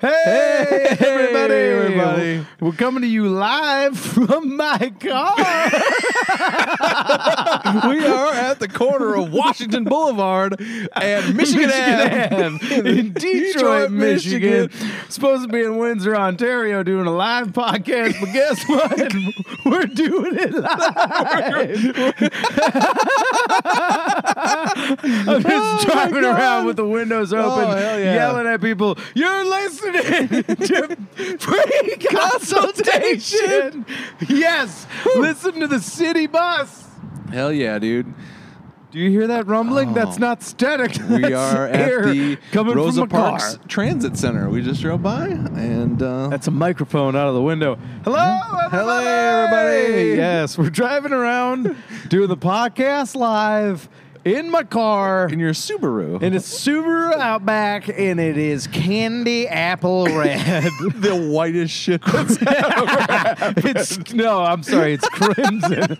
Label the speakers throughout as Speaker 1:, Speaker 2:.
Speaker 1: Hey, everybody,
Speaker 2: everybody.
Speaker 1: We're coming to you live from my car.
Speaker 2: we are at the corner of Washington Boulevard and Michigan, Ave.
Speaker 1: in Detroit, Michigan. Supposed to be in Windsor, Ontario, doing a live podcast, but guess what? We're doing it live. I'm just driving around with the windows open,
Speaker 2: hell yeah.
Speaker 1: yelling at people, You're listening to free consultation. yes, listen to the city bus.
Speaker 2: Hell yeah, dude.
Speaker 1: Do you hear that rumbling?
Speaker 2: Oh.
Speaker 1: That's not static.
Speaker 2: We
Speaker 1: That's
Speaker 2: are at
Speaker 1: air
Speaker 2: the
Speaker 1: coming
Speaker 2: Rosa
Speaker 1: from a
Speaker 2: Parks
Speaker 1: car.
Speaker 2: Transit Center. We just drove by and uh,
Speaker 1: That's a microphone out of the window. Mm-hmm. Hello, everybody.
Speaker 2: Hello, everybody.
Speaker 1: Yes, we're driving around doing the podcast live in my car
Speaker 2: in your Subaru.
Speaker 1: in a Subaru Outback, and it is candy apple red.
Speaker 2: the whitest shit. That's
Speaker 1: it's no, I'm sorry, it's crimson.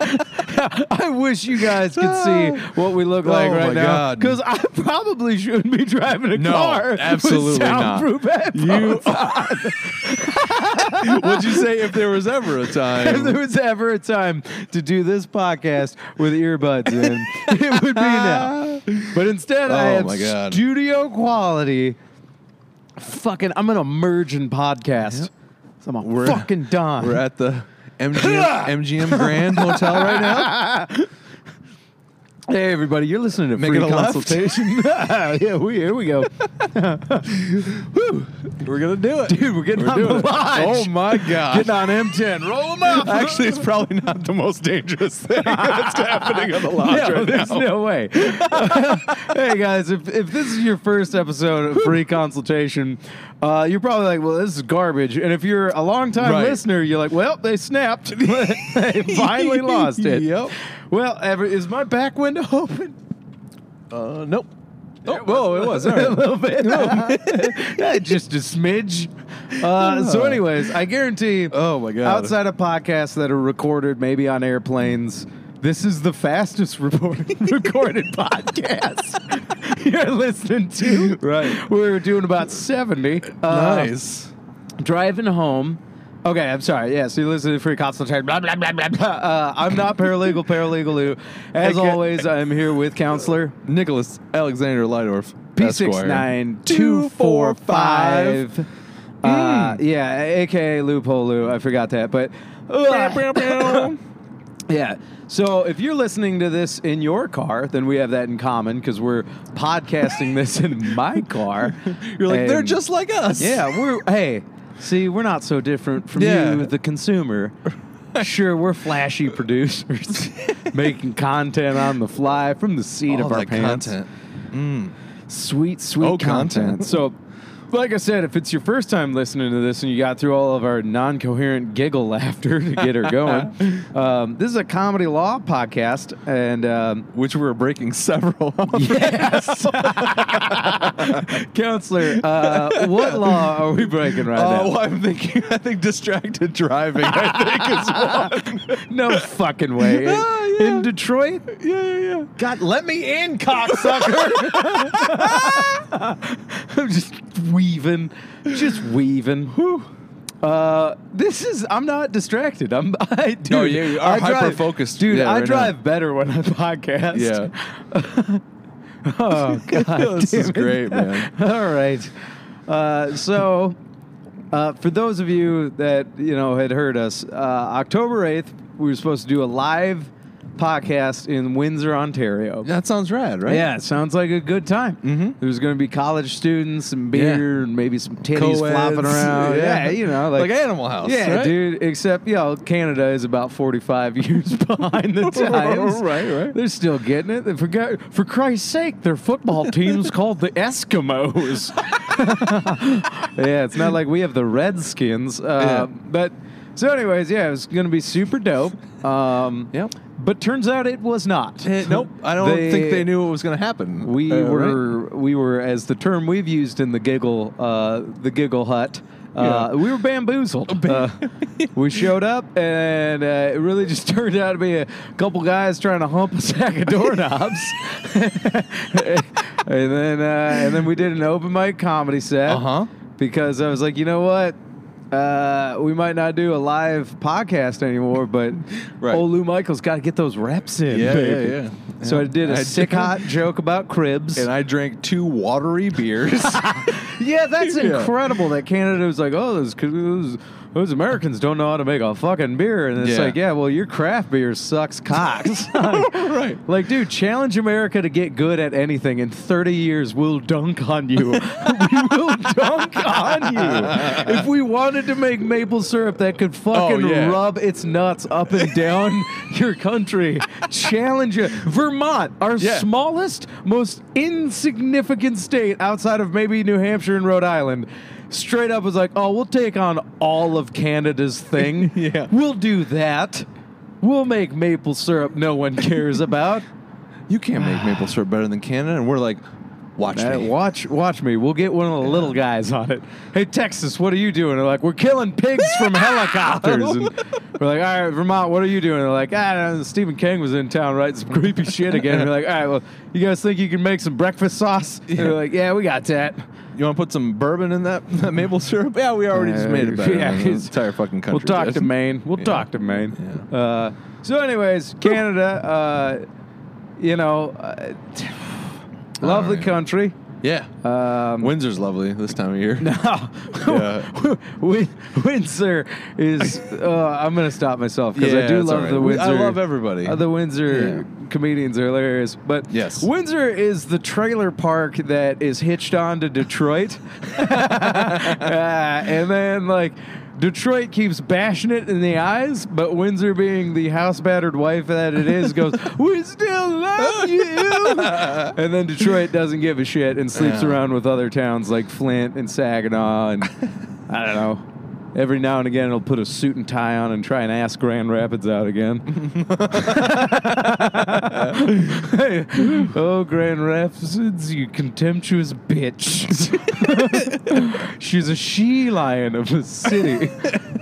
Speaker 1: I wish you guys could see what we look like
Speaker 2: Oh,
Speaker 1: right
Speaker 2: my
Speaker 1: now
Speaker 2: God.
Speaker 1: because I probably shouldn't be driving a
Speaker 2: No,
Speaker 1: car.
Speaker 2: absolutely
Speaker 1: with
Speaker 2: not.
Speaker 1: soundproof headphones.
Speaker 2: you. Would you say if there was ever a
Speaker 1: if there
Speaker 2: time?
Speaker 1: was ever a time to do this podcast with earbuds in, it would be now. But instead, I
Speaker 2: Oh
Speaker 1: have
Speaker 2: my God.
Speaker 1: studio quality. Fucking, I'm gonna merge in podcast. So I'm a
Speaker 2: We're-
Speaker 1: fucking Don.
Speaker 2: We're at the MGM, MGM Grand Hotel right now.
Speaker 1: hey everybody, you're listening to free
Speaker 2: Making a left.
Speaker 1: consultation. yeah, we here we go,
Speaker 2: We're gonna do it,
Speaker 1: dude. We're getting
Speaker 2: We're
Speaker 1: on the
Speaker 2: doing it.
Speaker 1: lodge.
Speaker 2: Oh my god!
Speaker 1: Getting on M10. Roll them up.
Speaker 2: Actually, it's probably not the most dangerous thing that's happening on the lodge
Speaker 1: no,
Speaker 2: right
Speaker 1: there's
Speaker 2: now.
Speaker 1: no way. hey guys, if, if this is your first episode of free consultation, uh, you're probably like, "Well, this is garbage." And if you're a long time
Speaker 2: Right.
Speaker 1: listener, you're like, "Well, they snapped. they finally lost it."
Speaker 2: Yep.
Speaker 1: Well, ever, is my back window open?
Speaker 2: Uh, nope. Oh,
Speaker 1: There
Speaker 2: whoa, it was. All
Speaker 1: a
Speaker 2: right.
Speaker 1: little bit. Yeah, Just a smidge. Uh, So,
Speaker 2: Oh.
Speaker 1: anyways, I guarantee.
Speaker 2: Oh, my God.
Speaker 1: Outside of podcasts that are recorded, maybe on airplanes, this is the fastest reported, recorded podcast you're listening to.
Speaker 2: Right.
Speaker 1: We were doing about seventy. Uh,
Speaker 2: nice.
Speaker 1: Driving home. Okay, I'm sorry. Yeah, so you listen to free consultation. Blah blah blah blah blah. Uh, I'm not paralegal. Paralegal. Lou. As
Speaker 2: Okay.
Speaker 1: always, I'm here with counselor.
Speaker 2: Nicholas Alexander Lydorf.
Speaker 1: P six nine two four five. Uh, yeah, aka loophole Lou. I forgot that, but Ugh. yeah. So if you're listening to this in your car, then we have that in common because we're podcasting this in my car.
Speaker 2: You're like, they're
Speaker 1: And-
Speaker 2: just like us.
Speaker 1: yeah. We're hey, see, we're not so different from
Speaker 2: Yeah.
Speaker 1: you, the consumer. Sure, we're flashy producers making content on the fly from the seat
Speaker 2: All
Speaker 1: of our
Speaker 2: that
Speaker 1: pants
Speaker 2: content.
Speaker 1: sweet, sweet
Speaker 2: Oh,
Speaker 1: content.
Speaker 2: content.
Speaker 1: so, like I said, if it's your first time listening to this and you got through all of our non coherent giggle laughter to get her going, um, this is a comedy law podcast. And um,
Speaker 2: Which we were breaking several of.
Speaker 1: yes, counselor, uh, what law are we breaking right
Speaker 2: Oh, I'm thinking. I think distracted driving. I think is one.
Speaker 1: now? No fucking way.
Speaker 2: Oh, yeah.
Speaker 1: In Detroit?
Speaker 2: Yeah, yeah, yeah.
Speaker 1: God, let me in, cocksucker. I'm just weaving, just weaving. Whew. Uh, this is. I'm not distracted. I'm. I do.
Speaker 2: No, you are hyper-focused.
Speaker 1: dude.
Speaker 2: Yeah,
Speaker 1: I
Speaker 2: right now.
Speaker 1: drive better when I podcast.
Speaker 2: Yeah.
Speaker 1: Oh God,
Speaker 2: This
Speaker 1: damn
Speaker 2: is
Speaker 1: it.
Speaker 2: great, man.
Speaker 1: All right. Uh, so, uh, for those of you that you know had heard us, uh, October eighth, we were supposed to do a live podcast in Windsor, Ontario.
Speaker 2: That sounds rad, right?
Speaker 1: Yeah, it sounds like a good time. Mm-hmm. There's going to be college students and beer and maybe some titties
Speaker 2: Co-eds.
Speaker 1: flopping around. Yeah. you know, like,
Speaker 2: Like Animal House,
Speaker 1: Yeah,
Speaker 2: right?
Speaker 1: dude. Except, you know, Canada is about 45 years behind the times.
Speaker 2: Right, right.
Speaker 1: They're still getting it. They forgot, for Christ's sake, their football team's called the Eskimos. yeah, it's not like we have the Redskins. Uh,
Speaker 2: Yeah.
Speaker 1: But so, anyways, yeah, it was going to be super dope. Um,
Speaker 2: Yep.
Speaker 1: But turns out it was not.
Speaker 2: Eh, nope. I don't think they knew what was going to happen.
Speaker 1: We
Speaker 2: Uh, right?
Speaker 1: were we were as the term we've used in the giggle uh, the giggle hut. Uh,
Speaker 2: Yeah.
Speaker 1: We were bamboozled. Uh, we showed up, and uh, it really just turned out to be a couple guys trying to hump a sack of doorknobs. and then, uh, and then we did an open mic comedy set.
Speaker 2: Uh-huh.
Speaker 1: because I was like, you know what? Uh, we might not do a live podcast anymore, but
Speaker 2: Right.
Speaker 1: old Lou Michael's got to get those reps in.
Speaker 2: Yeah,
Speaker 1: baby.
Speaker 2: yeah, yeah.
Speaker 1: So
Speaker 2: Yeah.
Speaker 1: I did a
Speaker 2: I
Speaker 1: sick
Speaker 2: did.
Speaker 1: hot joke about cribs.
Speaker 2: And I drank two watery beers.
Speaker 1: yeah, that's
Speaker 2: Yeah.
Speaker 1: incredible that Canada was like, oh, those, those, those Americans don't know how to make a fucking beer. And it's
Speaker 2: Yeah.
Speaker 1: like, yeah, well, your craft beer sucks cocks.
Speaker 2: right.
Speaker 1: Like, dude, challenge America to get good at anything. In 30 years, we'll dunk on you. we will dunk on you. If we wanted to make maple syrup that could fucking
Speaker 2: yeah.
Speaker 1: rub its nuts up and down your country, challenge it. Vermont, our
Speaker 2: Yeah.
Speaker 1: smallest, most insignificant state outside of maybe New Hampshire and Rhode Island. Straight up was like, oh, we'll take on all of Canada's thing.
Speaker 2: Yeah.
Speaker 1: We'll do that. We'll make maple syrup no one cares about.
Speaker 2: You can't make maple syrup better than Canada. And we're like, watch
Speaker 1: Uh,
Speaker 2: me.
Speaker 1: watch, watch me. We'll get one of the little guys on it. Hey, Texas, what are you doing? They're like, we're killing pigs from helicopters. And we're like, all right, Vermont, what are you doing? They're like, "Ah, I don't know. Stephen King was in town writing some creepy shit again. And we're like, all right, well, you guys think you can make some breakfast sauce? And they're like, yeah, we got that.
Speaker 2: You want to put some bourbon in that, that maple syrup? Yeah, we already just made it better.
Speaker 1: Yeah,
Speaker 2: than the
Speaker 1: it's-
Speaker 2: entire fucking country.
Speaker 1: We'll talk
Speaker 2: does.
Speaker 1: to Maine. We'll
Speaker 2: Yeah.
Speaker 1: talk to Maine. Uh, so, anyways, Canada, uh, you know, uh, lovely
Speaker 2: right.
Speaker 1: country.
Speaker 2: Yeah.
Speaker 1: Um,
Speaker 2: Windsor's lovely this time of year.
Speaker 1: No, Win- Windsor is. Uh, I'm gonna stop myself because I
Speaker 2: Yeah,
Speaker 1: do
Speaker 2: it's
Speaker 1: love
Speaker 2: all right.
Speaker 1: the
Speaker 2: We-
Speaker 1: Windsor.
Speaker 2: I love everybody.
Speaker 1: Uh, the Windsor
Speaker 2: Yeah.
Speaker 1: comedians are hilarious, but
Speaker 2: Yes.
Speaker 1: Windsor is the trailer park that is hitched on to Detroit, Uh, and then like. Detroit keeps bashing it in the eyes, but Windsor, being the house battered wife that it is, goes, We still love you. And then Detroit doesn't give a shit and sleeps
Speaker 2: Yeah.
Speaker 1: around with other towns like Flint and Saginaw and I don't know. Every now and again, it'll put a suit and tie on and try and ask Grand Rapids out again. Hey, oh, Grand Rapids, you contemptuous bitch. She's a she lion of a city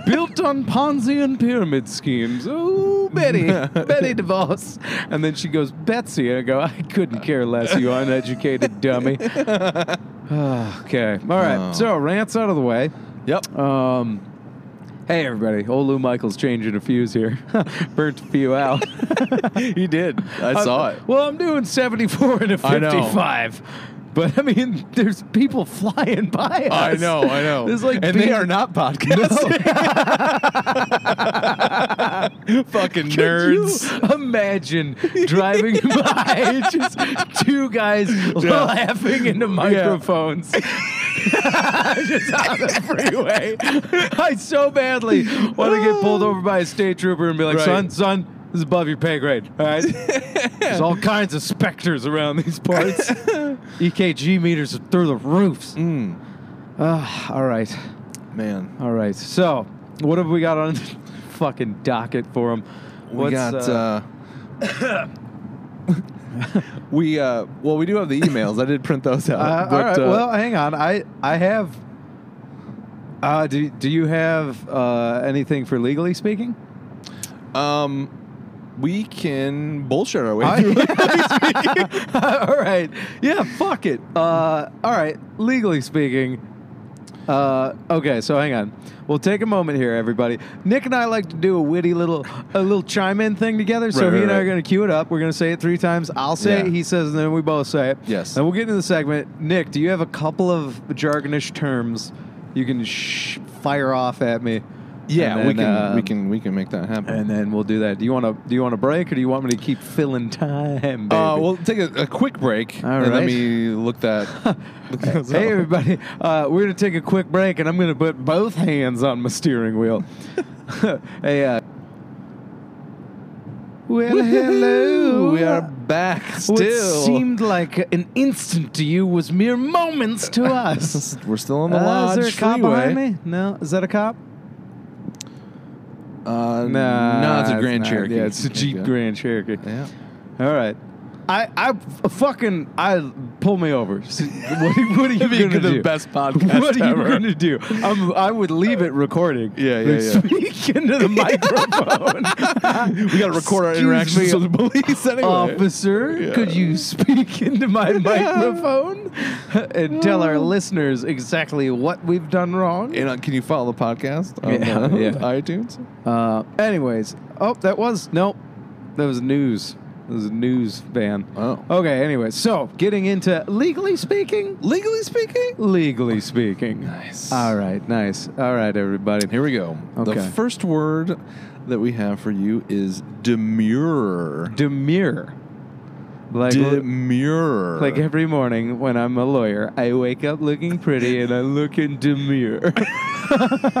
Speaker 1: built on Ponzi and pyramid schemes. Oh, Betty, Betty DeVos. And then she goes, Betsy. And I go, I couldn't care less, you uneducated dummy. okay. All right.
Speaker 2: Oh.
Speaker 1: So, rants out of the way.
Speaker 2: Yep.
Speaker 1: Um, hey everybody, old Lou Michaels changing a fuse here. Burnt a few out.
Speaker 2: he did. I saw it.
Speaker 1: Well, I'm doing 74 and a
Speaker 2: I know.
Speaker 1: 55. But I mean, there's people flying by us.
Speaker 2: I know, I know.
Speaker 1: There's like
Speaker 2: and they
Speaker 1: big-
Speaker 2: are not podcasting. Fucking
Speaker 1: Could
Speaker 2: nerds.
Speaker 1: you imagine driving by just two guys laughing into microphones? just on the freeway. I so badly want to get pulled over by a state trooper and be like,
Speaker 2: Right.
Speaker 1: son, son, this is above your pay grade. All right. There's all kinds of specters around these parts. EKG meters are through the roofs.
Speaker 2: Mm,
Speaker 1: Ah, all right.
Speaker 2: man.
Speaker 1: All right. So, what have we got on the fucking docket for him?
Speaker 2: We got. Uh, we, uh, well, we do have the emails. I did print those out.
Speaker 1: Uh, all
Speaker 2: but,
Speaker 1: right.
Speaker 2: uh,
Speaker 1: well, hang on. I I have. Uh, do do you have uh, anything for legally speaking?
Speaker 2: Um, we can bullshit our way
Speaker 1: I-
Speaker 2: through. it.
Speaker 1: all right. Yeah. Fuck it. Uh, all right. Legally speaking. Uh, okay. So hang on. We'll take a moment here, everybody. Nick and I like to do a witty little a little chime in thing together. So he
Speaker 2: Right, right,
Speaker 1: and I
Speaker 2: right.
Speaker 1: are going to cue it up. We're going to say it three times. I'll say it.
Speaker 2: Yeah.
Speaker 1: He says, and then we both say it.
Speaker 2: Yes.
Speaker 1: And we'll get into the segment. Nick, do you have a couple of jargonish terms you can sh- fire off at me?
Speaker 2: yeah,
Speaker 1: And
Speaker 2: we
Speaker 1: then,
Speaker 2: can
Speaker 1: um,
Speaker 2: we can we can make that happen.
Speaker 1: And then we'll do that. Do you want to? Do you want a break, or do you want me to keep filling time? Baby?
Speaker 2: Uh, we'll take a, a quick break
Speaker 1: All
Speaker 2: and let
Speaker 1: right.
Speaker 2: me look that. look those
Speaker 1: Hey,
Speaker 2: up.
Speaker 1: everybody. Uh, we're going to take a quick break, and I'm going to put both hands on my steering wheel. hey, uh, well, hello.
Speaker 2: We are back still.
Speaker 1: What seemed like an instant to you was mere moments to us.
Speaker 2: We're still on the
Speaker 1: Uh, is
Speaker 2: lodge
Speaker 1: there a cop
Speaker 2: freeway.
Speaker 1: behind me? No. Is that a cop?
Speaker 2: Uh, no, it's a Grand
Speaker 1: not.
Speaker 2: Cherokee.
Speaker 1: Yeah, it's a
Speaker 2: There
Speaker 1: Jeep
Speaker 2: you go.
Speaker 1: Grand Cherokee.
Speaker 2: Yeah.
Speaker 1: All right. I, I f- fucking I pull me over. S- What, what are you
Speaker 2: It'd be
Speaker 1: going to
Speaker 2: the
Speaker 1: do?
Speaker 2: best podcast
Speaker 1: What are you
Speaker 2: ever.
Speaker 1: going to do? I'm, I would leave it recording.
Speaker 2: Yeah, yeah,
Speaker 1: Like,
Speaker 2: yeah.
Speaker 1: Speak into the microphone.
Speaker 2: we gotta record our
Speaker 1: Excuse
Speaker 2: interactions
Speaker 1: me,
Speaker 2: with the police anyway.
Speaker 1: Officer,
Speaker 2: Yeah.
Speaker 1: could you speak into my microphone and tell our listeners exactly what we've done wrong?
Speaker 2: And uh, can you follow the podcast on
Speaker 1: Yeah,
Speaker 2: uh,
Speaker 1: yeah.
Speaker 2: iTunes?
Speaker 1: Uh, anyways, oh, that was nope. That was news. That was a news van.
Speaker 2: Oh.
Speaker 1: Okay. Anyway, so getting into legally speaking.
Speaker 2: Legally speaking.
Speaker 1: Legally speaking.
Speaker 2: Nice.
Speaker 1: All right. Nice. All right, everybody.
Speaker 2: Here we go. The
Speaker 1: Okay.
Speaker 2: first word that we have for you is demure.
Speaker 1: Demure. Like.
Speaker 2: demure.
Speaker 1: like every morning when I'm a lawyer, I wake up looking pretty and I look in demure.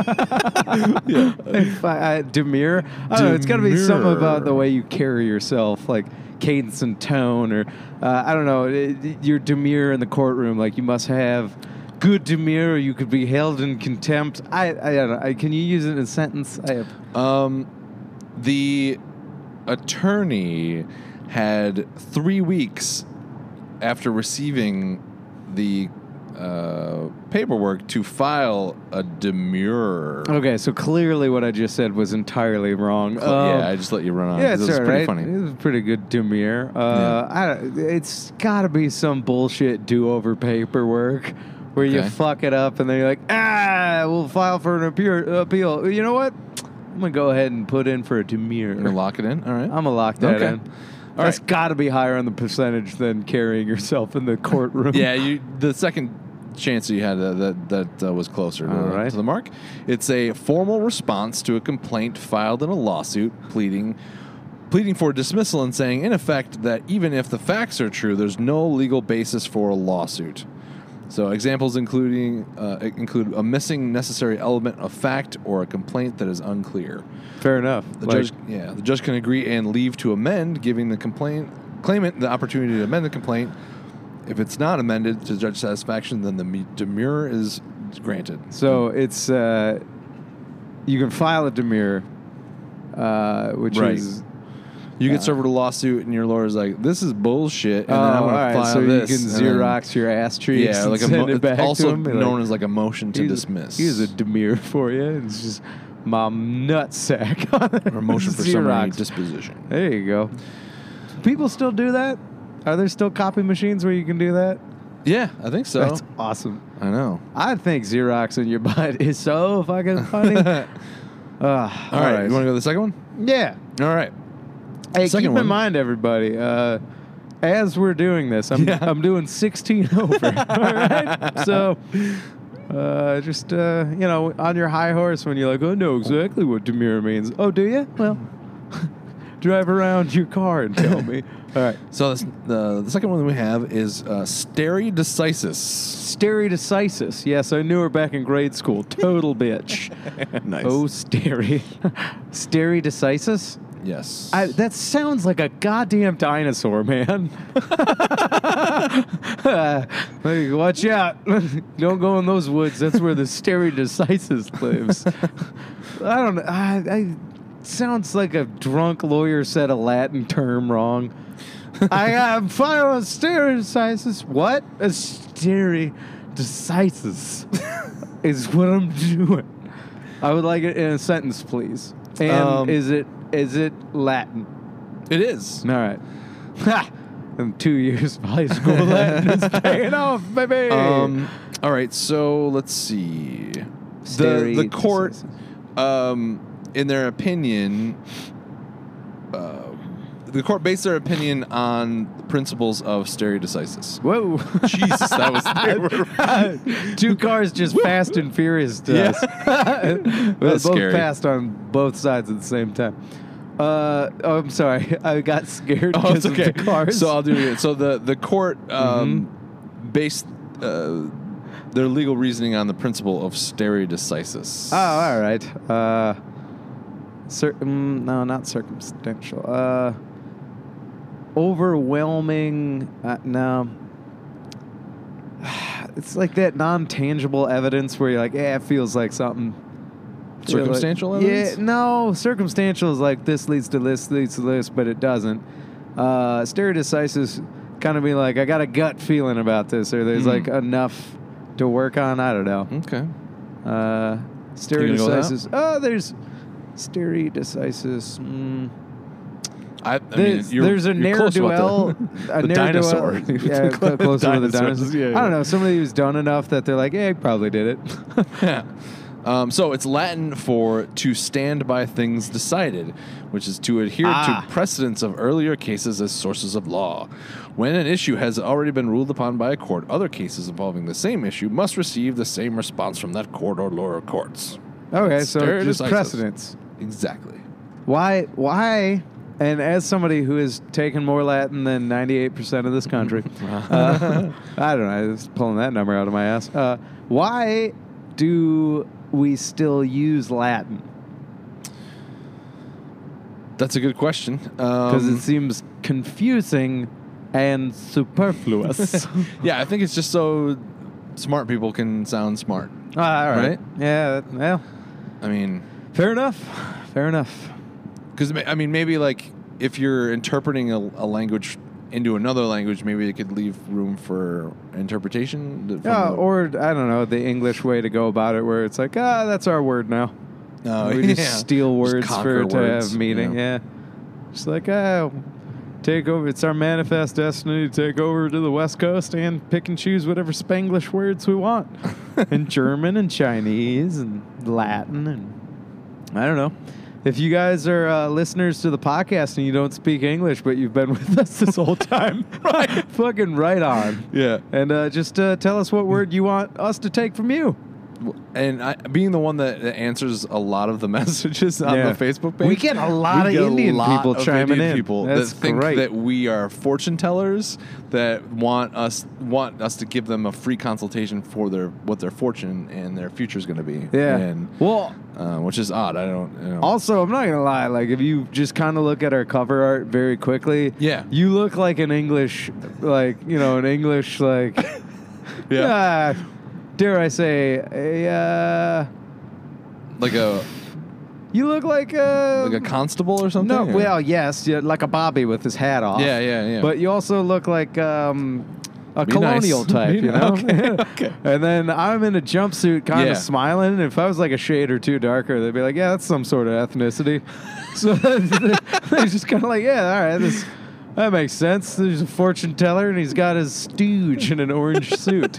Speaker 2: yeah.
Speaker 1: if I, I, demure. I don't know. It's got to be something about the
Speaker 2: Demure.
Speaker 1: way you carry yourself, like cadence and tone, or uh, I don't know. It, it- your demure in the courtroom, like you must have good demure, or you could be held in contempt. I, I don't know. I, can you use it in a sentence? I have.
Speaker 2: Um, the attorney had three weeks after receiving the uh, paperwork to file a demure.
Speaker 1: Okay, so clearly what I just said was entirely wrong. Um,
Speaker 2: yeah, I just let you run on.
Speaker 1: Yeah, it's
Speaker 2: this is
Speaker 1: all
Speaker 2: pretty
Speaker 1: right.
Speaker 2: funny.
Speaker 1: It was pretty good demure. Uh, I don't, it's got to be some bullshit do-over paperwork where
Speaker 2: Okay.
Speaker 1: you fuck it up and then you're like, ah, we'll file for an appeal. appeal. You know what? I'm gonna go ahead and put in for a demure.
Speaker 2: You're gonna lock it in. All right.
Speaker 1: I'm gonna lock that
Speaker 2: Okay.
Speaker 1: in.
Speaker 2: All
Speaker 1: That's
Speaker 2: right.
Speaker 1: got to be higher on the percentage than carrying yourself in the courtroom.
Speaker 2: yeah, you. The second chance that you had uh, that that uh, was closer to,
Speaker 1: All right.
Speaker 2: to the mark. It's a formal response to a complaint filed in a lawsuit, pleading. Pleading for dismissal and saying, in effect, that even if the facts are true, there's no legal basis for a lawsuit. So examples including uh, include a missing necessary element of fact or a complaint that is unclear.
Speaker 1: Fair enough.
Speaker 2: The
Speaker 1: Like,
Speaker 2: judge, yeah, the judge can agree and leave to amend, giving the complaint claimant the opportunity to amend the complaint. If it's not amended to judge satisfaction, then the me- demur is granted.
Speaker 1: So it's uh, you can file a demure, uh, which
Speaker 2: Right.
Speaker 1: is
Speaker 2: You get served with a lawsuit, and your lawyer's like, "This is bullshit," and then
Speaker 1: all
Speaker 2: I'm gonna
Speaker 1: right,
Speaker 2: file
Speaker 1: Oh, so
Speaker 2: this.
Speaker 1: you can
Speaker 2: and then-
Speaker 1: Xerox your ass trees
Speaker 2: yeah,
Speaker 1: and
Speaker 2: like a
Speaker 1: send
Speaker 2: mo-
Speaker 1: it
Speaker 2: it's
Speaker 1: back to
Speaker 2: also
Speaker 1: him.
Speaker 2: known as like a motion to
Speaker 1: here's-
Speaker 2: dismiss.
Speaker 1: Here's a demure for you. and It's just mom nutsack on it.
Speaker 2: or motion for summary
Speaker 1: Xerox.
Speaker 2: disposition.
Speaker 1: There you go. Do People still do that? Are there still copy machines where you can do that?
Speaker 2: Yeah, I think so.
Speaker 1: That's awesome.
Speaker 2: I know.
Speaker 1: I think Xerox in your butt is so fucking funny. uh,
Speaker 2: all right, you want to go to the second one?
Speaker 1: Yeah.
Speaker 2: All right.
Speaker 1: Hey,
Speaker 2: Second
Speaker 1: keep
Speaker 2: one.
Speaker 1: in mind, everybody. Uh, as we're doing this, I'm
Speaker 2: Yeah.
Speaker 1: I'm doing 16 over. all right, so uh, just uh, you know, on your high horse when you're like, oh, know exactly what demure means. Oh, do you? Well, drive around your car and tell me. All right,
Speaker 2: So this, the the second one that we have is uh, stare decisis.
Speaker 1: stereodysis. Yes, I knew her back in grade school. Total bitch.
Speaker 2: nice.
Speaker 1: Oh, steri, stereodysis.
Speaker 2: yes.
Speaker 1: I, that sounds like a goddamn dinosaur, man. Hey, watch out. don't go in those woods. That's where the stereodysis lives. I don't know. I, I, sounds like a drunk lawyer said a Latin term wrong. I, uh, I'm fine on stereodysis. What? A stereodysis is what I'm doing. I would like it in a sentence, please. And
Speaker 2: Um,
Speaker 1: is it is it Latin?
Speaker 2: it is.
Speaker 1: All right. Ha! In two years of high school Latin is paying off, baby.
Speaker 2: Um, all right, so let's see. The,
Speaker 1: Stare
Speaker 2: the court,
Speaker 1: decisis.
Speaker 2: um, in their opinion, uh, the court based their opinion on the principles of stare decisis.
Speaker 1: Whoa.
Speaker 2: Jesus, that was
Speaker 1: Two cars just fast and furious to
Speaker 2: Yeah.
Speaker 1: us. Well, both
Speaker 2: was scary.
Speaker 1: passed on both sides at the same time. Uh, oh, I'm sorry. I got scared
Speaker 2: Oh,
Speaker 1: because
Speaker 2: it's okay.
Speaker 1: of the cars. Mm-hmm.
Speaker 2: So I'll do it again. So the the court um, based uh, their legal reasoning on the principle of stare decisis.
Speaker 1: Oh, all right. Uh, cir- mm, no, not circumstantial. Uh, overwhelming. Uh, no. It's like that non tangible evidence where you're like, yeah, it feels like something. You're like-
Speaker 2: Circumstantial evidence?
Speaker 1: Yeah, no. Circumstantial is like this leads to this, leads to this, but it doesn't. Uh, stare decisis kind of be like, I got a gut feeling about this, or there's
Speaker 2: Mm-hmm.
Speaker 1: like enough to work on. I don't know.
Speaker 2: Okay.
Speaker 1: Uh, steri
Speaker 2: You gonna go with that?
Speaker 1: decisis. Oh, there's steri decisis. Mm.
Speaker 2: I, I
Speaker 1: There's,
Speaker 2: mean, you're,
Speaker 1: there's a
Speaker 2: you're
Speaker 1: ne'er
Speaker 2: close
Speaker 1: do well,
Speaker 2: about the, the dinosaur.
Speaker 1: Yeah, cl- closer to the dinosaur.
Speaker 2: Yeah,
Speaker 1: I don't
Speaker 2: yeah.
Speaker 1: know. Somebody who's done enough that they're like, yeah, he probably did it.
Speaker 2: Yeah. Um, so it's Latin for to stand by things decided, which is to adhere
Speaker 1: Ah.
Speaker 2: to precedents of earlier cases as sources of law. When an issue has already been ruled upon by a court, other cases involving the same issue must receive the same response from that court or lower courts.
Speaker 1: Okay, so
Speaker 2: Stare
Speaker 1: just
Speaker 2: decisis.
Speaker 1: precedence.
Speaker 2: Exactly.
Speaker 1: Why? Why? And as somebody who has taken more Latin than 98% of this country, uh, I don't know, I was pulling that number out of my ass. Uh, why do we still use Latin?
Speaker 2: That's a good question.
Speaker 1: Because
Speaker 2: Um,
Speaker 1: it seems confusing and superfluous.
Speaker 2: yeah, I think it's just so smart people can sound smart.
Speaker 1: Ah, all right.
Speaker 2: Right?
Speaker 1: Yeah, that- well,
Speaker 2: I mean,
Speaker 1: fair enough. Fair enough.
Speaker 2: Because I mean, maybe like if you're interpreting a, a language into another language, maybe it could leave room for interpretation. th- from
Speaker 1: Yeah,
Speaker 2: the-
Speaker 1: or, I don't know, the English way to go about it where it's like, ah, that's our word now.
Speaker 2: Oh,
Speaker 1: we just
Speaker 2: yeah.
Speaker 1: steal
Speaker 2: Just
Speaker 1: words for
Speaker 2: conquer
Speaker 1: to
Speaker 2: words,
Speaker 1: have meaning.
Speaker 2: you know.
Speaker 1: Yeah. Just like, ah, take over. It's our manifest destiny to take over to the West Coast and pick and choose whatever Spanglish words we want. and German and Chinese and Latin and I don't know. If you guys are uh, listeners to the podcast and you don't speak English, but you've been with us this whole time, right? fucking right on.
Speaker 2: yeah.
Speaker 1: And uh, just uh, tell us what word you want us to take from you.
Speaker 2: W- And I, being the one that that answers a lot of the messages on
Speaker 1: Yeah.
Speaker 2: the Facebook
Speaker 1: We
Speaker 2: page,
Speaker 1: get a lot
Speaker 2: we
Speaker 1: of
Speaker 2: get a
Speaker 1: Indian
Speaker 2: lot
Speaker 1: people
Speaker 2: of
Speaker 1: chiming
Speaker 2: Indian
Speaker 1: in.
Speaker 2: People
Speaker 1: That's
Speaker 2: that think
Speaker 1: great.
Speaker 2: that we are fortune tellers that want us want us to give them a free consultation for their what their fortune and their future is going to be.
Speaker 1: Yeah.
Speaker 2: And,
Speaker 1: well,
Speaker 2: uh, which is odd. I don't. I don't
Speaker 1: Also, I'm not gonna lie. Like, if you just kind of look at our cover art very quickly,
Speaker 2: Yeah.
Speaker 1: you look like an English, like you know, an English, like, yeah, dare I say, a, uh,
Speaker 2: like a
Speaker 1: you look like a
Speaker 2: like a constable or something.
Speaker 1: Um, no,
Speaker 2: or-
Speaker 1: well, yes, yeah, like a Bobby with his hat off.
Speaker 2: yeah, yeah, yeah.
Speaker 1: But you also look like um, a
Speaker 2: Be
Speaker 1: colonial
Speaker 2: nice.
Speaker 1: type,
Speaker 2: Be
Speaker 1: you know.
Speaker 2: nice. Okay, okay.
Speaker 1: And then I'm in a jumpsuit, kind of
Speaker 2: Yeah.
Speaker 1: smiling. And if I was like a shade or two darker, they'd be like, "Yeah, that's some sort of ethnicity." so they're just kind of like, "Yeah, all right, this that makes sense." There's a fortune teller, and he's got his stooge in an orange suit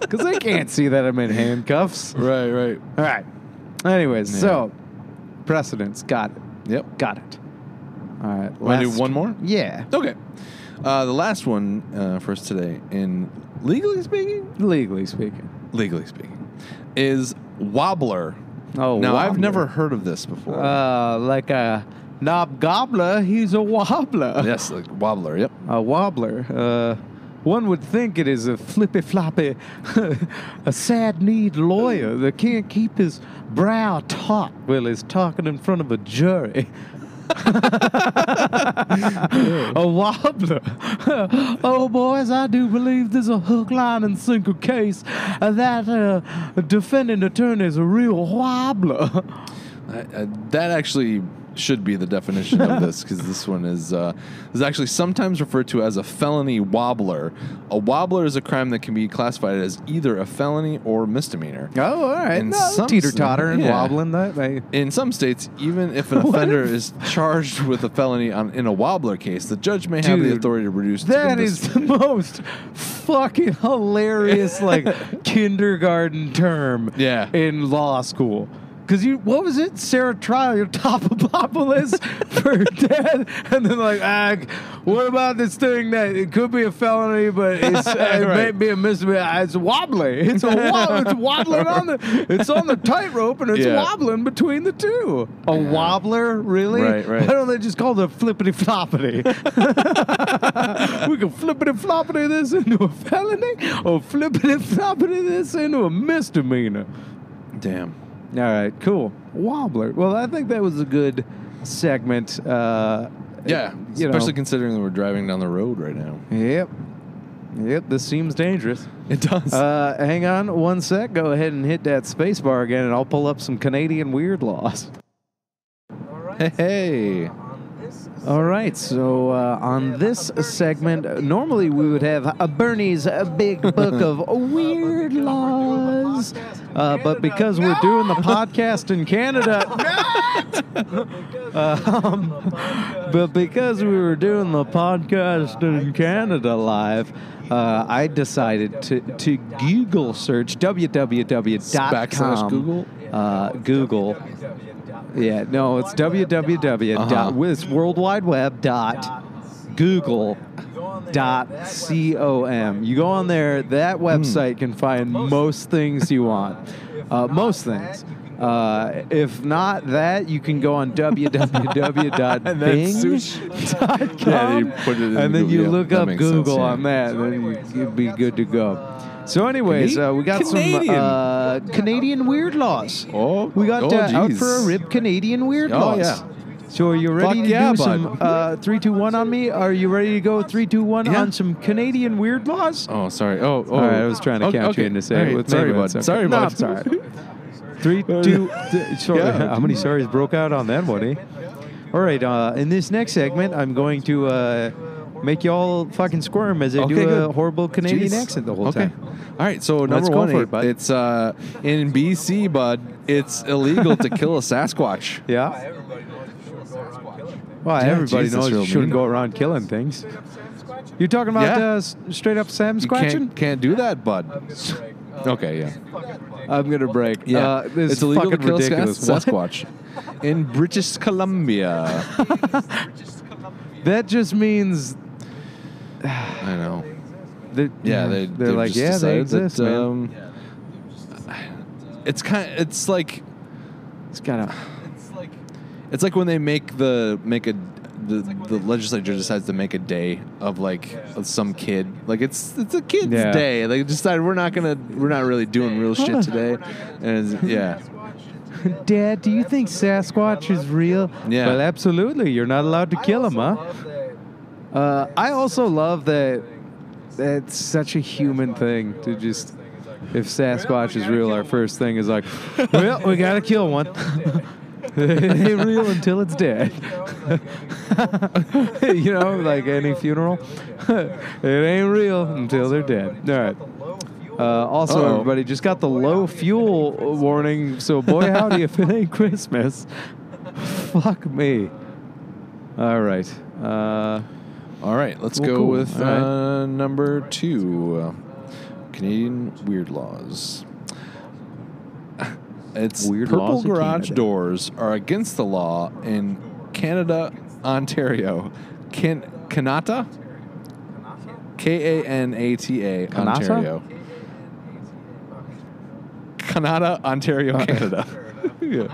Speaker 1: because they can't see that I'm in handcuffs.
Speaker 2: right, right.
Speaker 1: All right. Anyways,
Speaker 2: Yeah.
Speaker 1: so precedence, got it,
Speaker 2: Yep.
Speaker 1: got it. All right,
Speaker 2: Want to do
Speaker 1: last-
Speaker 2: one more?
Speaker 1: Yeah,
Speaker 2: Okay. Uh, the last one uh, for us today, in legally speaking,
Speaker 1: legally speaking.
Speaker 2: legally speaking, is wobbler.
Speaker 1: Oh,
Speaker 2: now I've
Speaker 1: wobbler.
Speaker 2: never heard of this before.
Speaker 1: Uh, like a knob gobbler, he's a wobbler.
Speaker 2: yes, like wobbler. Yep.
Speaker 1: A wobbler. Uh, one would think it is a flippy floppy, a sad need lawyer that can't keep his brow taut while he's talking in front of a jury. a wobbler. oh, boys, I do believe there's a hook, line, and sinker case uh, that uh, defending attorney is a real wobbler.
Speaker 2: I, I, that actually should be the definition of this because this one is uh, is actually sometimes referred to as a felony wobbler. A wobbler is a crime that can be classified as either a felony or misdemeanor.
Speaker 1: Oh, all right.
Speaker 2: And
Speaker 1: No,
Speaker 2: some-
Speaker 1: teeter totter and
Speaker 2: yeah.
Speaker 1: wobbling. That they
Speaker 2: In some states, even if an
Speaker 1: What?
Speaker 2: offender is charged with a felony on, in a wobbler case, the judge may have the
Speaker 1: Dude,
Speaker 2: authority to reduce. to
Speaker 1: that
Speaker 2: convict-
Speaker 1: is the most fucking hilarious like kindergarten term.
Speaker 2: Yeah.
Speaker 1: In law school. Cause you, what was it, Sarah Trial, Topopopoulos for dead, and then like, ah, what about this thing that it could be a felony, but it's, it may
Speaker 2: Right.
Speaker 1: be a misdemeanor. Ah, It's wobbly. It's a wob- It's wobbling on the. It's on the tightrope, and it's
Speaker 2: Yeah.
Speaker 1: wobbling between the two. A wobbler, really?
Speaker 2: Right, right.
Speaker 1: Why don't they just call it a flippity floppity? we can flippity floppity this into a felony or flippity floppity this into a misdemeanor.
Speaker 2: Damn.
Speaker 1: All right, cool. Wobbler. Well, I think that was a good segment. Uh,
Speaker 2: Yeah,
Speaker 1: you know.
Speaker 2: especially considering that we're driving down the road right now.
Speaker 1: Yep. Yep, this seems dangerous.
Speaker 2: It does.
Speaker 1: Uh, hang on one sec. Go ahead and hit that space bar again, and I'll pull up some Canadian weird laws.
Speaker 2: hey, hey.
Speaker 3: On this
Speaker 1: All right, so uh, on this segment, uh, normally we would have uh, Bernie's uh, big book of weird laws, uh, but because we're doing the podcast in Canada, um, but because we were doing the podcast in Canada live, uh, I decided to, to Google search www.com.
Speaker 2: Backslash Google?
Speaker 1: Uh, Google. Yeah, no, it's www.
Speaker 2: Uh-huh.
Speaker 1: Dot, with World Wide Web dot Google dot com. You go on there.
Speaker 2: Hmm.
Speaker 1: That website can find most things you want. Uh, most things. Uh, if not that, you can go on www.bing.com
Speaker 2: Yeah, you put it in
Speaker 1: and then
Speaker 2: Google.
Speaker 1: you
Speaker 2: Yeah,
Speaker 1: look
Speaker 2: that
Speaker 1: up
Speaker 2: makes sense,
Speaker 1: Google
Speaker 2: yeah.
Speaker 1: on that, and then you- you'd be good to go. So, anyways, uh, we got some
Speaker 2: Canadian.
Speaker 1: uh, Canadian weird laws.
Speaker 2: Oh,
Speaker 1: We got
Speaker 2: oh,
Speaker 1: uh, out
Speaker 2: geez.
Speaker 1: for a rib Canadian weird
Speaker 2: Oh,
Speaker 1: laws.
Speaker 2: yeah.
Speaker 1: So are you ready
Speaker 2: Fuck
Speaker 1: to
Speaker 2: yeah,
Speaker 1: do
Speaker 2: bud.
Speaker 1: some uh, three, two, one on me? Are you ready to go three, two, one
Speaker 2: Yeah.
Speaker 1: on some Canadian weird laws?
Speaker 2: Oh, sorry. Oh, oh.
Speaker 1: All right, I was trying to
Speaker 2: Okay,
Speaker 1: count
Speaker 2: okay.
Speaker 1: you into
Speaker 2: All
Speaker 1: saying
Speaker 2: right,
Speaker 1: it with
Speaker 2: Sorry,
Speaker 1: me, but
Speaker 2: bud.
Speaker 1: it's okay.
Speaker 2: Sorry,
Speaker 1: No,
Speaker 2: bud.
Speaker 1: it's all right. Three, two, th- sorry.
Speaker 2: Yeah.
Speaker 1: Uh, How many sorries broke out on that one, eh? All right, uh, in this next segment, I'm going to uh, make y'all fucking squirm as I
Speaker 2: Okay,
Speaker 1: do a
Speaker 2: good.
Speaker 1: horrible Canadian
Speaker 2: Jeez.
Speaker 1: accent the whole
Speaker 2: okay.
Speaker 1: time.
Speaker 2: All right, so number
Speaker 1: Let's go
Speaker 2: one,
Speaker 1: for it, bud.
Speaker 2: it's uh, in BC, bud. It's illegal to kill a Sasquatch.
Speaker 1: Yeah? Well,
Speaker 2: Yeah,
Speaker 1: everybody
Speaker 2: Jesus,
Speaker 1: knows you
Speaker 2: real
Speaker 1: shouldn't
Speaker 2: mean.
Speaker 1: go around killing things. You're talking about
Speaker 2: Yeah.
Speaker 1: uh, s- straight up Sam
Speaker 2: You
Speaker 1: scratching?
Speaker 2: can't, can't do that, bud. Okay, yeah.
Speaker 1: I'm gonna break.
Speaker 2: Yeah,
Speaker 1: uh, this
Speaker 2: it's
Speaker 1: is
Speaker 2: illegal to
Speaker 1: fucking
Speaker 2: kill a
Speaker 1: ridiculous.
Speaker 2: Sas- Sasquatch in British Columbia.
Speaker 1: That just means
Speaker 2: I know.
Speaker 1: that
Speaker 2: Yeah, they,
Speaker 1: they're
Speaker 2: they've
Speaker 1: like
Speaker 2: just
Speaker 1: yeah they
Speaker 2: decided
Speaker 1: exist,
Speaker 2: that,
Speaker 1: man.
Speaker 2: Um, it's kind. It's like
Speaker 1: it's gotta.
Speaker 2: It's like when they make the make a the, the legislature decides to make a day of like of some kid. Like it's it's a kid's
Speaker 1: Yeah.
Speaker 2: day. They decided we're not gonna we're not really doing real shit today. And it's- yeah,
Speaker 1: Dad, do you think Sasquatch is real?
Speaker 2: Yeah.
Speaker 1: Well, absolutely. You're not allowed to kill him, huh? Uh, I also love that. That's such a human thing to just. If Sasquatch is real, our first thing is like, well, we gotta kill one. it ain't real until it's dead. you know, like any funeral, it ain't real until they're dead. All right. Uh, also,
Speaker 2: Uh-oh.
Speaker 1: everybody just got the low fuel warning, so boy howdy if it ain't Christmas. Fuck me. All right. Uh,
Speaker 2: all right. Let's
Speaker 1: Well,
Speaker 2: go
Speaker 1: cool.
Speaker 2: with
Speaker 1: All right.
Speaker 2: uh, number two, uh, Canadian weird laws. It's
Speaker 1: Weird
Speaker 2: purple
Speaker 1: laws of
Speaker 2: garage
Speaker 1: Canada.
Speaker 2: doors are against the law in Canada, Ontario. Can Kanata? K A N A T A
Speaker 1: Kanata?
Speaker 2: Ontario. Kanata, Ontario, Canada.
Speaker 1: yeah. All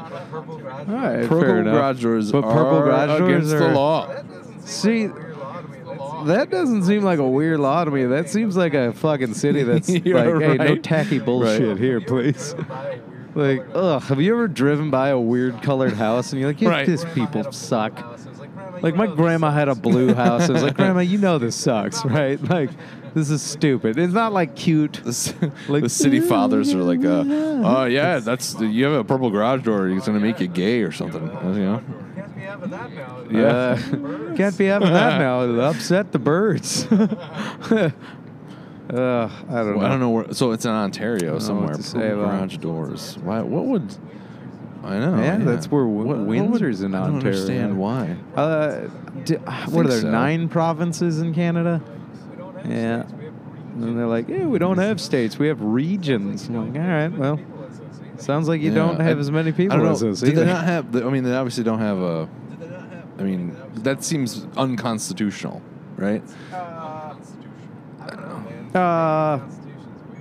Speaker 1: right. fair
Speaker 2: Purple
Speaker 1: enough.
Speaker 2: garage doors
Speaker 1: But purple
Speaker 2: are
Speaker 1: garage doors
Speaker 2: against
Speaker 1: are-
Speaker 2: the law.
Speaker 1: See, that doesn't seem like a weird law to me. That seems like a fucking city that's like,
Speaker 2: Yeah,
Speaker 1: hey, no
Speaker 2: right.
Speaker 1: tacky bullshit
Speaker 2: Right.
Speaker 1: here, please. Like, ugh, have you ever driven by a weird colored house and you're like, yeah,
Speaker 2: Right.
Speaker 1: these people suck. Like, my grandma had a blue house. I was like, grandma, you know this sucks, right? Like, this is stupid. It's not like cute.
Speaker 2: The, c-
Speaker 1: Like,
Speaker 2: the city fathers are like, uh,
Speaker 1: yeah.
Speaker 2: oh yeah, that's you have a purple garage door. It's gonna make you gay or something. You know? Yeah.
Speaker 1: Uh, can't be having that now. It'll upset the birds. uh, I don't know.
Speaker 2: I don't know where. So it's in Ontario somewhere.
Speaker 1: to say
Speaker 2: Purple
Speaker 1: about it.
Speaker 2: garage doors. Why? What would? I know.
Speaker 1: Yeah, that's where Win- Windsor's in
Speaker 2: I
Speaker 1: Ontario.
Speaker 2: don't understand why.
Speaker 1: Uh, d- what are there?
Speaker 2: so.
Speaker 1: Nine provinces in Canada. Yeah. And they're like, yeah, we don't have states. We have regions. I'm like, all right, well, sounds like you
Speaker 2: Yeah,
Speaker 1: don't have
Speaker 2: I-
Speaker 1: as many people
Speaker 2: I don't know.
Speaker 1: as us
Speaker 2: Do
Speaker 1: either.
Speaker 2: they not have? I mean, they obviously don't have a. I mean, that seems unconstitutional, right?
Speaker 1: Uh,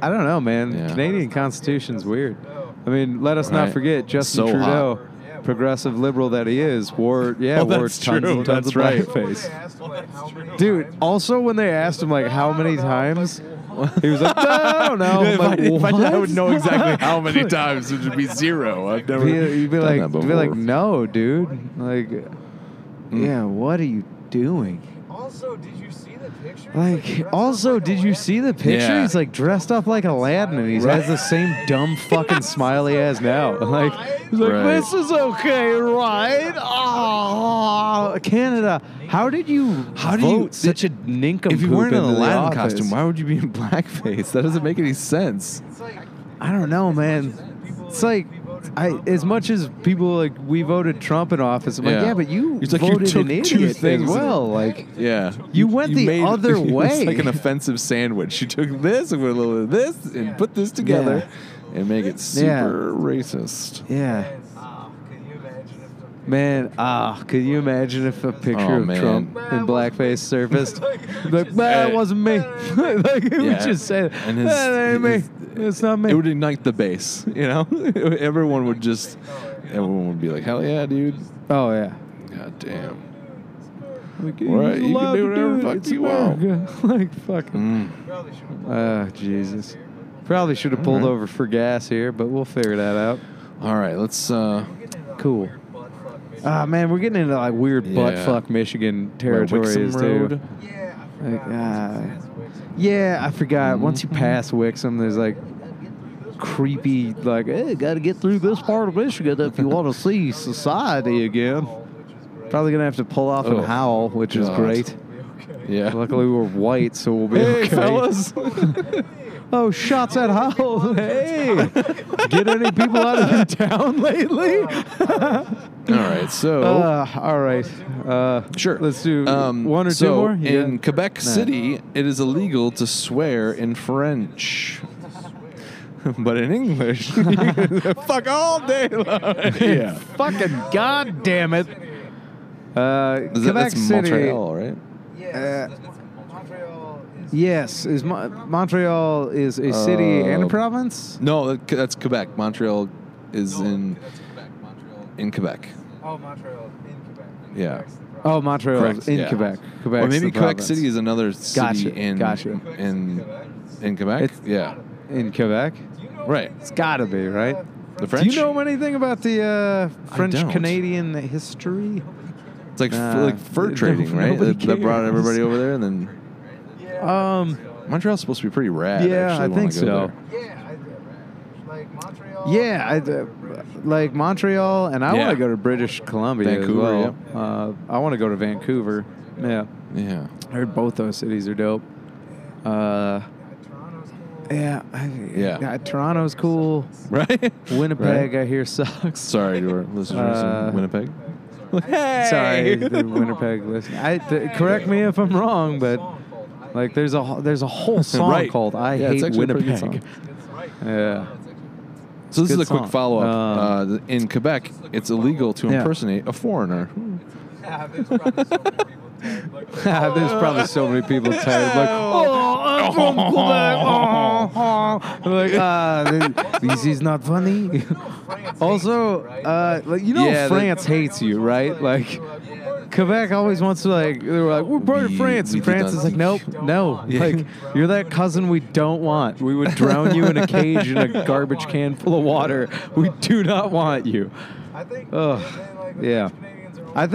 Speaker 1: I don't know, man.
Speaker 2: Yeah.
Speaker 1: Canadian Constitution's weird. I mean, let us not
Speaker 2: Right.
Speaker 1: forget Justin
Speaker 2: So
Speaker 1: Trudeau,
Speaker 3: hot.
Speaker 1: progressive liberal that he is, wore yeah,
Speaker 2: Oh,
Speaker 1: wore tons
Speaker 2: that's
Speaker 1: and
Speaker 2: true.
Speaker 1: tons of
Speaker 2: That's right.
Speaker 1: blackface. Dude, also when they asked him like how many times, he was like, I don't know. I'm
Speaker 2: if, I,
Speaker 1: like,
Speaker 2: if I did, I would know
Speaker 1: Oh, "What?"
Speaker 2: exactly how many times, which would be zero. I've never.
Speaker 1: Be- You'd be
Speaker 2: done
Speaker 1: like,
Speaker 2: that
Speaker 1: you'd be like,
Speaker 2: before. Mm.
Speaker 1: no, dude. Like, yeah, what are you doing?
Speaker 3: Also, did you see
Speaker 1: Like, also, did you see the picture?
Speaker 2: Yeah.
Speaker 1: He's like dressed up like Aladdin, and he
Speaker 2: Right.
Speaker 1: has the same dumb fucking smile he has now. Like, he's like,
Speaker 2: Right.
Speaker 1: this is okay, right? Oh, Canada, how did you
Speaker 2: How do you-
Speaker 1: vote such a nincompoop
Speaker 2: If you weren't in
Speaker 1: into
Speaker 2: an
Speaker 1: the
Speaker 2: Aladdin
Speaker 1: office?
Speaker 2: costume, why would you be in blackface? That doesn't make any sense.
Speaker 1: I don't know, man. It's like, I as much as people like we voted Trump in office. I'm like,
Speaker 2: Yeah.
Speaker 1: yeah, but you
Speaker 2: It's like you
Speaker 1: voted an
Speaker 2: took two
Speaker 1: idiot as
Speaker 2: things.
Speaker 1: well. Like,
Speaker 2: Yeah.
Speaker 1: You went the other
Speaker 2: it was
Speaker 1: way.
Speaker 2: like an offensive sandwich. You took this and put a little of this and put this together and make it super
Speaker 1: Yeah.
Speaker 2: racist.
Speaker 1: yeah.
Speaker 3: Ah,
Speaker 1: Man, ah, could you imagine if a picture
Speaker 2: Oh,
Speaker 1: of
Speaker 2: man.
Speaker 1: Trump
Speaker 2: Nah,
Speaker 1: in blackface surfaced? like,
Speaker 2: just
Speaker 1: man,
Speaker 2: said
Speaker 1: it
Speaker 2: it."
Speaker 1: wasn't me. like, it would
Speaker 2: Yeah.
Speaker 1: just say,
Speaker 2: And his-
Speaker 1: "Nah, that ain't
Speaker 2: his-
Speaker 1: me. It's not me.
Speaker 2: It would ignite the base, you know? everyone would just, everyone would be like, hell yeah, dude.
Speaker 1: oh, yeah.
Speaker 2: God damn.
Speaker 1: Like,
Speaker 2: Right,
Speaker 1: he's
Speaker 2: you can
Speaker 1: allowed
Speaker 2: do
Speaker 1: to
Speaker 2: whatever
Speaker 1: it.
Speaker 2: fuck
Speaker 1: It's
Speaker 2: you want.
Speaker 1: America. like, fucking.
Speaker 2: Mm.
Speaker 1: Oh, Jesus. Probably should have pulled
Speaker 2: Alright.
Speaker 1: over for gas here, but we'll figure that out.
Speaker 2: All right, let's. Uh,
Speaker 1: Cool. Ah, man, we're getting into like weird butt
Speaker 2: Yeah.
Speaker 1: fuck Michigan
Speaker 2: where
Speaker 1: territories,
Speaker 2: Wixom
Speaker 1: too.
Speaker 2: Road?
Speaker 3: Yeah, I
Speaker 1: Like,
Speaker 3: forgot.
Speaker 1: ah.
Speaker 3: yeah.
Speaker 1: Yeah, I forgot. Once you
Speaker 2: Mhm.
Speaker 1: pass Wixom, there's like creepy, like, hey, got to get through this part of Michigan if you want to see society again. Probably gonna have to pull off and
Speaker 2: Oh,
Speaker 1: howl, which is
Speaker 2: God.
Speaker 1: great.
Speaker 2: Yeah.
Speaker 1: Luckily, we're white, so we'll be
Speaker 2: Hey,
Speaker 1: okay.
Speaker 2: fellas.
Speaker 1: Oh, shots at howl! Hey, get any people out of the town lately?
Speaker 2: All right, so.
Speaker 1: Uh, all right, uh,
Speaker 2: Sure.
Speaker 1: Let's do
Speaker 2: Um,
Speaker 1: one or two
Speaker 2: so
Speaker 1: more. Yeah.
Speaker 2: In Quebec City, it is illegal to swear in French. But in English, fuck all day long. Yeah.
Speaker 1: fucking goddamn it! Uh,
Speaker 2: Is that,
Speaker 1: Quebec
Speaker 2: that's
Speaker 1: City.
Speaker 2: Montreal, right?
Speaker 3: Yes,
Speaker 1: Uh,
Speaker 3: that's- Montreal is
Speaker 1: Yes, is Mo- Montreal is a city and a
Speaker 2: Uh,
Speaker 1: province.
Speaker 2: No, that- that's Quebec. Montreal is in
Speaker 3: That's Quebec. Montreal.
Speaker 2: in Quebec.
Speaker 3: Oh, Montreal in Quebec. In
Speaker 2: Yeah.
Speaker 3: Quebec's the province.
Speaker 1: Oh, Montreal
Speaker 2: Correct,
Speaker 1: in
Speaker 2: yeah.
Speaker 1: Quebec. Quebec.
Speaker 2: or maybe Quebec City is another city
Speaker 1: Gotcha,
Speaker 2: in
Speaker 1: gotcha.
Speaker 2: in in Quebec.
Speaker 1: It's-
Speaker 2: yeah.
Speaker 1: in Quebec.
Speaker 3: Do you know
Speaker 2: Right.
Speaker 3: anything
Speaker 1: It's gotta
Speaker 3: about
Speaker 1: be,
Speaker 3: the,
Speaker 1: right?
Speaker 3: uh,
Speaker 2: The
Speaker 1: Do
Speaker 2: French.
Speaker 1: you know anything about the uh,
Speaker 2: I
Speaker 1: French
Speaker 2: don't.
Speaker 1: Canadian history?
Speaker 2: It's like f-
Speaker 1: Nah,
Speaker 2: like fur
Speaker 1: no-
Speaker 2: trading, right?
Speaker 1: nobody
Speaker 2: That, that brought
Speaker 1: cares.
Speaker 2: everybody over there, and then
Speaker 3: Yeah.
Speaker 1: Um,
Speaker 2: Montreal's supposed to be pretty rad.
Speaker 1: Yeah,
Speaker 2: actually,
Speaker 1: I
Speaker 2: when
Speaker 1: think
Speaker 2: go
Speaker 1: so.
Speaker 2: there.
Speaker 3: yeah, I did. right. Like Montreal.
Speaker 1: yeah, I, uh, like Montreal, and I want
Speaker 2: Yeah.
Speaker 1: to go to British Columbia
Speaker 2: Vancouver,
Speaker 1: as well. Uh, I want to go to Vancouver. Yeah,
Speaker 2: Yeah.
Speaker 1: I heard both those cities are dope. Uh,
Speaker 3: Toronto's cool.
Speaker 1: yeah, I,
Speaker 2: Yeah.
Speaker 1: Toronto's cool.
Speaker 2: Right?
Speaker 1: Winnipeg,
Speaker 2: Right.
Speaker 1: I hear sucks.
Speaker 2: Sorry to our listeners
Speaker 1: Uh,
Speaker 2: in Winnipeg.
Speaker 1: Sorry, the Winnipeg listen. I, th- correct me if I'm wrong, but
Speaker 3: Song called I
Speaker 1: like
Speaker 3: Hate-
Speaker 1: there's a wh- there's a whole song
Speaker 2: Right.
Speaker 1: called "I
Speaker 2: Yeah, it's
Speaker 1: Hate
Speaker 2: actually a pretty good
Speaker 1: Winnipeg."
Speaker 2: song.
Speaker 3: It's right.
Speaker 1: Yeah.
Speaker 3: No, it's actually-
Speaker 2: So this
Speaker 1: Good
Speaker 2: is a
Speaker 1: song.
Speaker 2: quick follow up.
Speaker 1: Um,
Speaker 2: uh, th- in Quebec, it's illegal to
Speaker 1: Yeah.
Speaker 2: impersonate a foreigner.
Speaker 3: Yeah, there's probably so many people
Speaker 1: there's probably so many people
Speaker 3: dead, like,
Speaker 1: tired. Like, oh, I'm from Quebec. Oh, oh. Like, ah, th- this is not funny.
Speaker 3: France
Speaker 1: Also,
Speaker 3: hates you, right?
Speaker 1: uh, like you know,
Speaker 2: Yeah, they-
Speaker 1: France hates you, right? Like,
Speaker 3: Yeah,
Speaker 1: Quebec always wants to like they were like we're part of
Speaker 2: We-
Speaker 1: France,
Speaker 2: we
Speaker 1: and
Speaker 2: did
Speaker 1: France
Speaker 2: not
Speaker 1: is like
Speaker 2: teach
Speaker 1: nope,
Speaker 3: you.
Speaker 1: no,
Speaker 2: Yeah.
Speaker 1: like you're that cousin we don't want. We would drown you in a cage in a garbage can full of water. We do not want you.
Speaker 3: I think.
Speaker 1: Ugh,
Speaker 3: and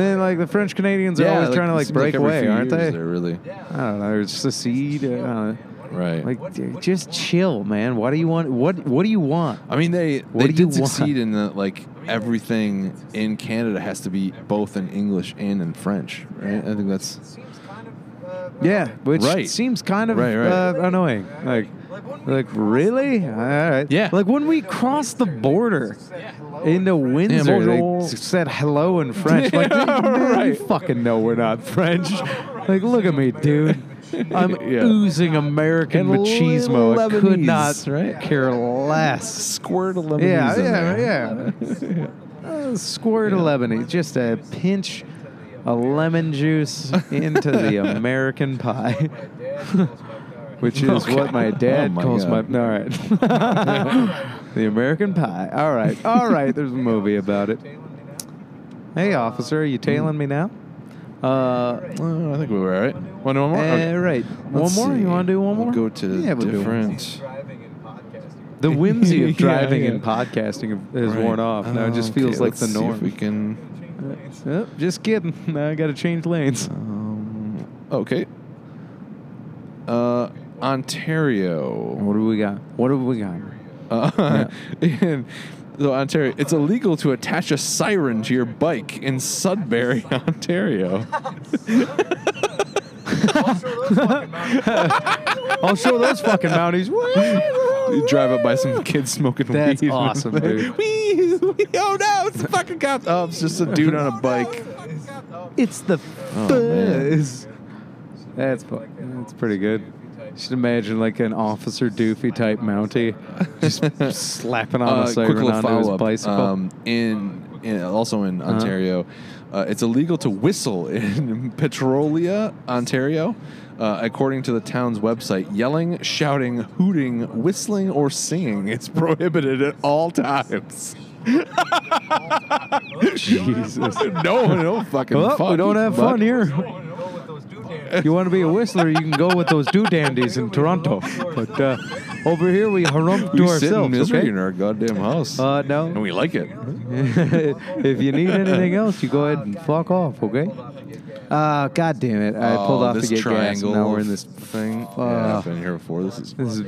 Speaker 3: then, like, the
Speaker 1: yeah.
Speaker 3: French Canadians are always
Speaker 1: I think,
Speaker 3: kinda like,
Speaker 1: and then like the French Canadians are always trying to like break
Speaker 2: it seems every
Speaker 1: away,
Speaker 2: few
Speaker 1: aren't
Speaker 2: years
Speaker 1: they?
Speaker 2: They're really
Speaker 1: I don't know, or secede. I don't know.
Speaker 2: right.
Speaker 1: uh, Like, dude, just chill, man. What do you want? What What do you want?
Speaker 2: I mean, they they
Speaker 1: do you
Speaker 2: did
Speaker 1: want?
Speaker 2: succeed in that. Like everything in Canada has to be both in English and in French, right? I think that's
Speaker 3: it seems kind of. Uh,
Speaker 1: Yeah,
Speaker 3: ironic.
Speaker 1: which
Speaker 2: Right.
Speaker 1: seems kind of
Speaker 2: Right, right.
Speaker 1: Uh, annoying. Like,
Speaker 3: Like, when we
Speaker 1: like
Speaker 3: crossed the
Speaker 1: really? All
Speaker 3: border,
Speaker 1: right.
Speaker 2: Yeah.
Speaker 1: Like when we crossed the border.
Speaker 3: said hello in
Speaker 1: into Windsor. they s- said hello in French.
Speaker 2: bonjour.
Speaker 3: French.
Speaker 1: Like,
Speaker 2: Yeah,
Speaker 1: man, you
Speaker 2: right.
Speaker 1: fucking know we're not French. Like, look at me, dude. I'm
Speaker 2: Yeah.
Speaker 1: oozing American
Speaker 2: And
Speaker 1: machismo. I
Speaker 2: little
Speaker 1: could not
Speaker 2: Lebanese, right?
Speaker 1: care less.
Speaker 2: squirt of lemon.
Speaker 1: Yeah, yeah, yeah. A Uh, squirt of Lebanese, just a pinch of lemon juice into the American pie.
Speaker 3: My dad calls my car.
Speaker 1: Which is
Speaker 2: Okay.
Speaker 1: what my dad
Speaker 2: Oh my
Speaker 1: calls
Speaker 2: God.
Speaker 1: my. All right. the American Pie. All right. All right. There's a movie about it.
Speaker 3: Jalen, you know?
Speaker 1: Hey, officer, are you tailing me now? Uh,
Speaker 2: I think we were all right. Want one more?
Speaker 1: eh,
Speaker 2: Okay.
Speaker 1: right. One
Speaker 2: Let's
Speaker 1: more?
Speaker 2: see.
Speaker 1: You want to do one more?
Speaker 2: We'll go to
Speaker 1: yeah, we'll do one.
Speaker 2: different-
Speaker 3: He's driving and podcasting.
Speaker 1: The whimsy
Speaker 2: Yeah,
Speaker 1: of driving
Speaker 2: yeah.
Speaker 1: and podcasting has
Speaker 2: Right. Oh,
Speaker 1: worn off. Now it just
Speaker 2: Okay,
Speaker 1: feels like
Speaker 2: let's
Speaker 1: the
Speaker 2: see if
Speaker 1: norm.
Speaker 2: we can.
Speaker 1: Oh, just kidding. Now I got to change lanes.
Speaker 2: Um, Okay. Uh, Ontario.
Speaker 1: What do we got? What do we got?
Speaker 2: Uh, in so Ontario, it's illegal to attach a siren to your bike in Sudbury, Ontario.
Speaker 3: I'll show those fucking mountains.
Speaker 1: I'll show those fucking mounties.
Speaker 2: You drive up by some kid smoking
Speaker 1: That's
Speaker 2: weed.
Speaker 1: awesome, dude.
Speaker 2: Wee, wee, oh no, it's the fucking cops. Oh, it's just a dude on a bike.
Speaker 1: It's the
Speaker 2: man.
Speaker 1: fuzz. Oh, That's fu- that's pretty good. You should imagine like an Officer Doofy type Mountie just slapping on a
Speaker 2: quick
Speaker 1: siren
Speaker 2: little
Speaker 1: onto his
Speaker 2: Uh, follow-up.
Speaker 1: bicycle. Uh-huh.
Speaker 2: Um, in, in also in Ontario, uh, it's illegal to whistle in Petrolia, Ontario. Uh, according to the town's website, yelling, shouting, hooting, whistling, or singing is prohibited at all times.
Speaker 1: Jesus.
Speaker 2: No, no fucking
Speaker 1: Well,
Speaker 2: fun.
Speaker 1: we don't have
Speaker 2: But-
Speaker 1: fun here. You want to be a whistler, you can go with those do dandies in Toronto. But uh, over here, we harump to
Speaker 2: We sit in
Speaker 1: ourselves.
Speaker 2: misery
Speaker 1: Okay?
Speaker 2: in our goddamn house,
Speaker 1: Uh,
Speaker 2: and
Speaker 1: no.
Speaker 2: we like it.
Speaker 1: if you need anything else, you go ahead and fuck off, okay? Uh, God damn it. I pulled
Speaker 2: Oh,
Speaker 1: off to
Speaker 2: this
Speaker 1: get gas.
Speaker 2: triangle
Speaker 1: and Now we're in
Speaker 2: of
Speaker 1: this.
Speaker 2: thing.
Speaker 1: Uh,
Speaker 2: yeah, I've been here before. This is
Speaker 1: This is,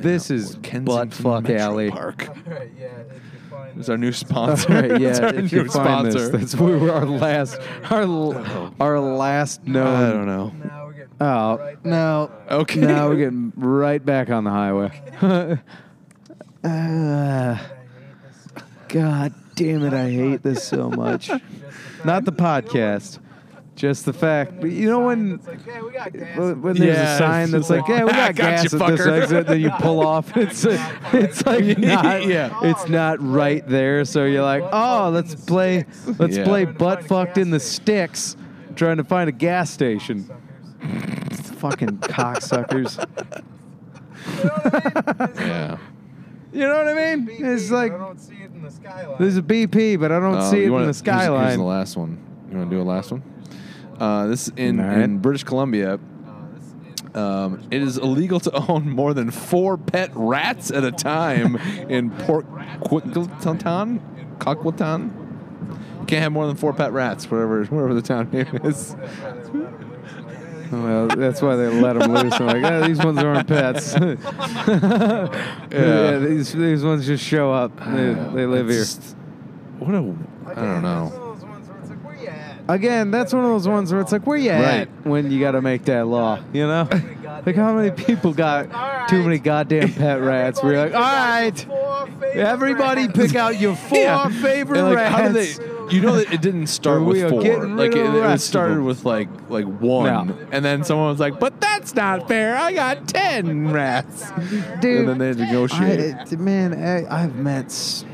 Speaker 1: this is
Speaker 2: Kensington
Speaker 1: butt fuck
Speaker 2: Metro
Speaker 1: alley.
Speaker 2: Park. It's
Speaker 3: It's
Speaker 2: our new sponsor.
Speaker 1: Right,
Speaker 2: It's
Speaker 1: yeah,
Speaker 2: our
Speaker 1: if
Speaker 2: new
Speaker 1: you find this,
Speaker 2: sponsor.
Speaker 1: that's where we're our last, our l- our last known.
Speaker 2: I don't know.
Speaker 3: Now we're getting
Speaker 1: Oh
Speaker 3: right back.
Speaker 1: no!
Speaker 2: Okay.
Speaker 1: Now we're getting right back on the highway. uh,
Speaker 3: I hate this so much.
Speaker 1: God damn it! I hate this so much.
Speaker 3: Just the
Speaker 1: Not
Speaker 3: fact
Speaker 1: the podcast, just the fact. But you know when
Speaker 3: that it's like, yeah, we got gas.
Speaker 1: when when there's
Speaker 2: Yeah,
Speaker 1: a sign
Speaker 2: it's
Speaker 1: that's like,
Speaker 2: just
Speaker 1: "Yeah, we
Speaker 2: like,
Speaker 1: got
Speaker 2: "I got
Speaker 1: gas
Speaker 2: you,
Speaker 1: at this
Speaker 2: fucker."
Speaker 1: exit," then you pull off. It's it's like not,
Speaker 2: Yeah.
Speaker 1: it's not right there. So you're like, "Oh, let's play let's
Speaker 2: Yeah.
Speaker 1: play
Speaker 3: Trying to find
Speaker 1: butt
Speaker 3: a
Speaker 1: fucked
Speaker 3: gas
Speaker 1: in the
Speaker 3: station.
Speaker 1: sticks, trying to find a gas station."
Speaker 3: Suckers.
Speaker 1: Fucking cocksuckers.
Speaker 3: You know what I mean?
Speaker 2: Yeah.
Speaker 1: You know what I mean?
Speaker 3: It's BP,
Speaker 1: It's like there's a BP,
Speaker 3: but I don't see it in the skyline.
Speaker 1: but I don't
Speaker 2: Uh,
Speaker 1: see
Speaker 2: you
Speaker 1: it
Speaker 2: wanna-
Speaker 1: in the
Speaker 2: here's- Here's,
Speaker 1: skyline.
Speaker 2: the last one. You want to do a last one? Uh, this in,
Speaker 1: All right.
Speaker 2: in British Columbia.
Speaker 3: Uh, this is-
Speaker 2: Um, it is illegal to own more than four pet rats at a time in Port Quiquilton, Coquitlam. Can't have more than four pet rats, whatever, whatever the town name is.
Speaker 3: that's why they let 'em loose. Like, eh, these
Speaker 1: well, that's why they let them loose. I'm like, oh, these ones aren't pets. yeah, these, these ones just show up. They, they live here.
Speaker 2: It's just- What a I don't
Speaker 3: That's
Speaker 2: know.
Speaker 3: one of those ones where it's like, where you at?
Speaker 1: Again, that's one of those ones where it's like, where you
Speaker 2: Right.
Speaker 1: at when you got to make that law, you know? Like, how many people got too many goddamn pet rats? We're like, all right,
Speaker 3: Four favorite
Speaker 1: everybody
Speaker 3: brands.
Speaker 1: pick out your four
Speaker 2: Yeah.
Speaker 1: favorite
Speaker 2: And, like,
Speaker 1: rats.
Speaker 2: how do they? You know that it didn't start
Speaker 1: We
Speaker 2: with
Speaker 1: are
Speaker 2: four.
Speaker 1: getting
Speaker 2: Like
Speaker 1: rid
Speaker 2: it,
Speaker 1: of
Speaker 2: it
Speaker 1: rats,
Speaker 2: was started
Speaker 1: people.
Speaker 2: with like like one,
Speaker 1: No.
Speaker 2: and then someone was like, "But that's not fair. I got ten rats."
Speaker 1: Dude,
Speaker 2: and then they had to
Speaker 1: I,
Speaker 2: negotiate.
Speaker 1: it- man, I, I've met s-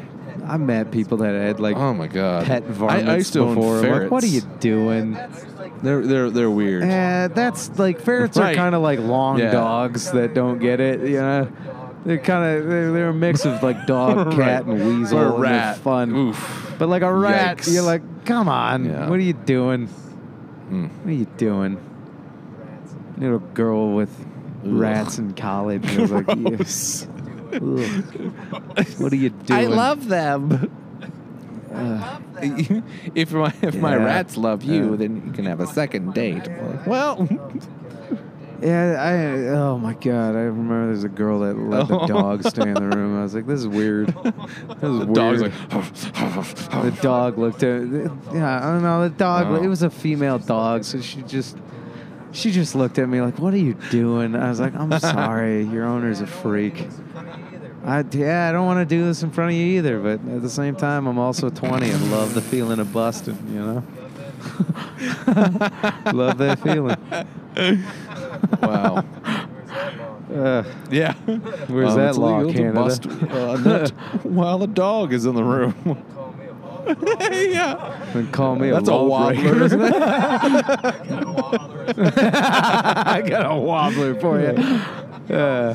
Speaker 1: I've met people that had like
Speaker 2: oh my god!
Speaker 1: pet varmints
Speaker 2: I, I used to own
Speaker 1: before. I'm like, what are you
Speaker 2: ferrets.
Speaker 1: doing?
Speaker 2: They're they're they're weird.
Speaker 1: Eh, that's like ferrets
Speaker 2: Right.
Speaker 1: are kind of like long
Speaker 2: Yeah.
Speaker 1: dogs that don't get it. You know, they're kind of they're, they're a mix of like dog, cat, and weasel.
Speaker 2: Or a
Speaker 1: and they're
Speaker 2: rat.
Speaker 1: fun.
Speaker 2: Oof.
Speaker 1: But like a rat,
Speaker 2: Yikes.
Speaker 1: you're like, come on,
Speaker 2: Yeah.
Speaker 1: what are you doing?
Speaker 2: Mm.
Speaker 1: What are you doing? Little girl with rats in college. I was like,
Speaker 2: Gross.
Speaker 1: "Yeah, ugh. what are you doing?
Speaker 2: them. if my if my
Speaker 1: Yeah.
Speaker 2: rats love you,
Speaker 1: Yeah.
Speaker 2: then you can have a second date. Well,
Speaker 1: Yeah, I. Oh my god, I remember there's a girl that let the
Speaker 2: Oh.
Speaker 1: dog stay in the room. I was like, this is weird. This is
Speaker 2: the
Speaker 1: weird.
Speaker 2: dog's like, "Oh,
Speaker 1: the dog looked at. Yeah, I don't know. The dog.
Speaker 2: Wow.
Speaker 1: It was a female dog, so she just. She just looked at me like, "What are you doing?" I was like, "I'm sorry, your owner's a freak." I yeah, I don't want to do this in front of you either, but at the same time, I'm also 20 and love the feeling of busting, you know. love that feeling.
Speaker 2: wow,
Speaker 1: Uh,
Speaker 2: yeah. Um,
Speaker 1: Where's that
Speaker 2: it's
Speaker 1: law,
Speaker 2: illegal
Speaker 1: Canada?
Speaker 2: To bust uh, a nut while the dog is in the room. yeah,
Speaker 1: and call me
Speaker 2: that's a
Speaker 1: a
Speaker 2: wobbler, isn't it?
Speaker 1: I got a wobbler for you. Uh,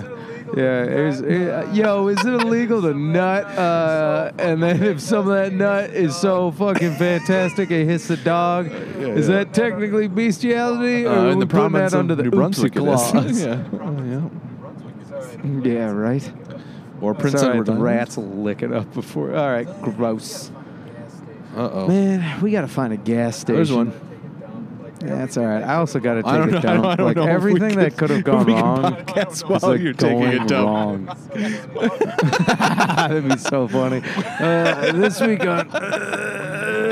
Speaker 1: yeah, it was, uh, yo, is it illegal to nut? Uh, and then if some of that nut is so fucking fantastic it hits the dog, is that technically bestiality? Or
Speaker 2: Uh,
Speaker 1: are
Speaker 2: in
Speaker 1: we
Speaker 2: the
Speaker 1: putting that
Speaker 2: province of
Speaker 1: under the
Speaker 2: New
Speaker 1: oopsie
Speaker 2: Brunswick, it is.
Speaker 1: clause?
Speaker 2: yeah. Oh, yeah.
Speaker 1: Yeah, right.
Speaker 2: Or Prince
Speaker 1: It's all right,
Speaker 2: Edward
Speaker 1: the
Speaker 2: Island.
Speaker 1: rats will lick it up before. All right, gross.
Speaker 2: Uh oh.
Speaker 1: Man, we gotta find a gas station.
Speaker 2: There's one.
Speaker 1: That's all right. I also got to take
Speaker 2: Oh, I don't
Speaker 1: it
Speaker 2: know. I
Speaker 1: down.
Speaker 2: don't, I don't
Speaker 1: like
Speaker 2: know if we
Speaker 1: everything
Speaker 2: can-
Speaker 1: that could have
Speaker 2: if
Speaker 1: gone
Speaker 2: we can
Speaker 1: wrong.
Speaker 2: podcast
Speaker 3: is,
Speaker 2: while
Speaker 1: like,
Speaker 2: you're taking
Speaker 1: going
Speaker 2: it down.
Speaker 1: wrong. That'd be so funny. Uh, this week on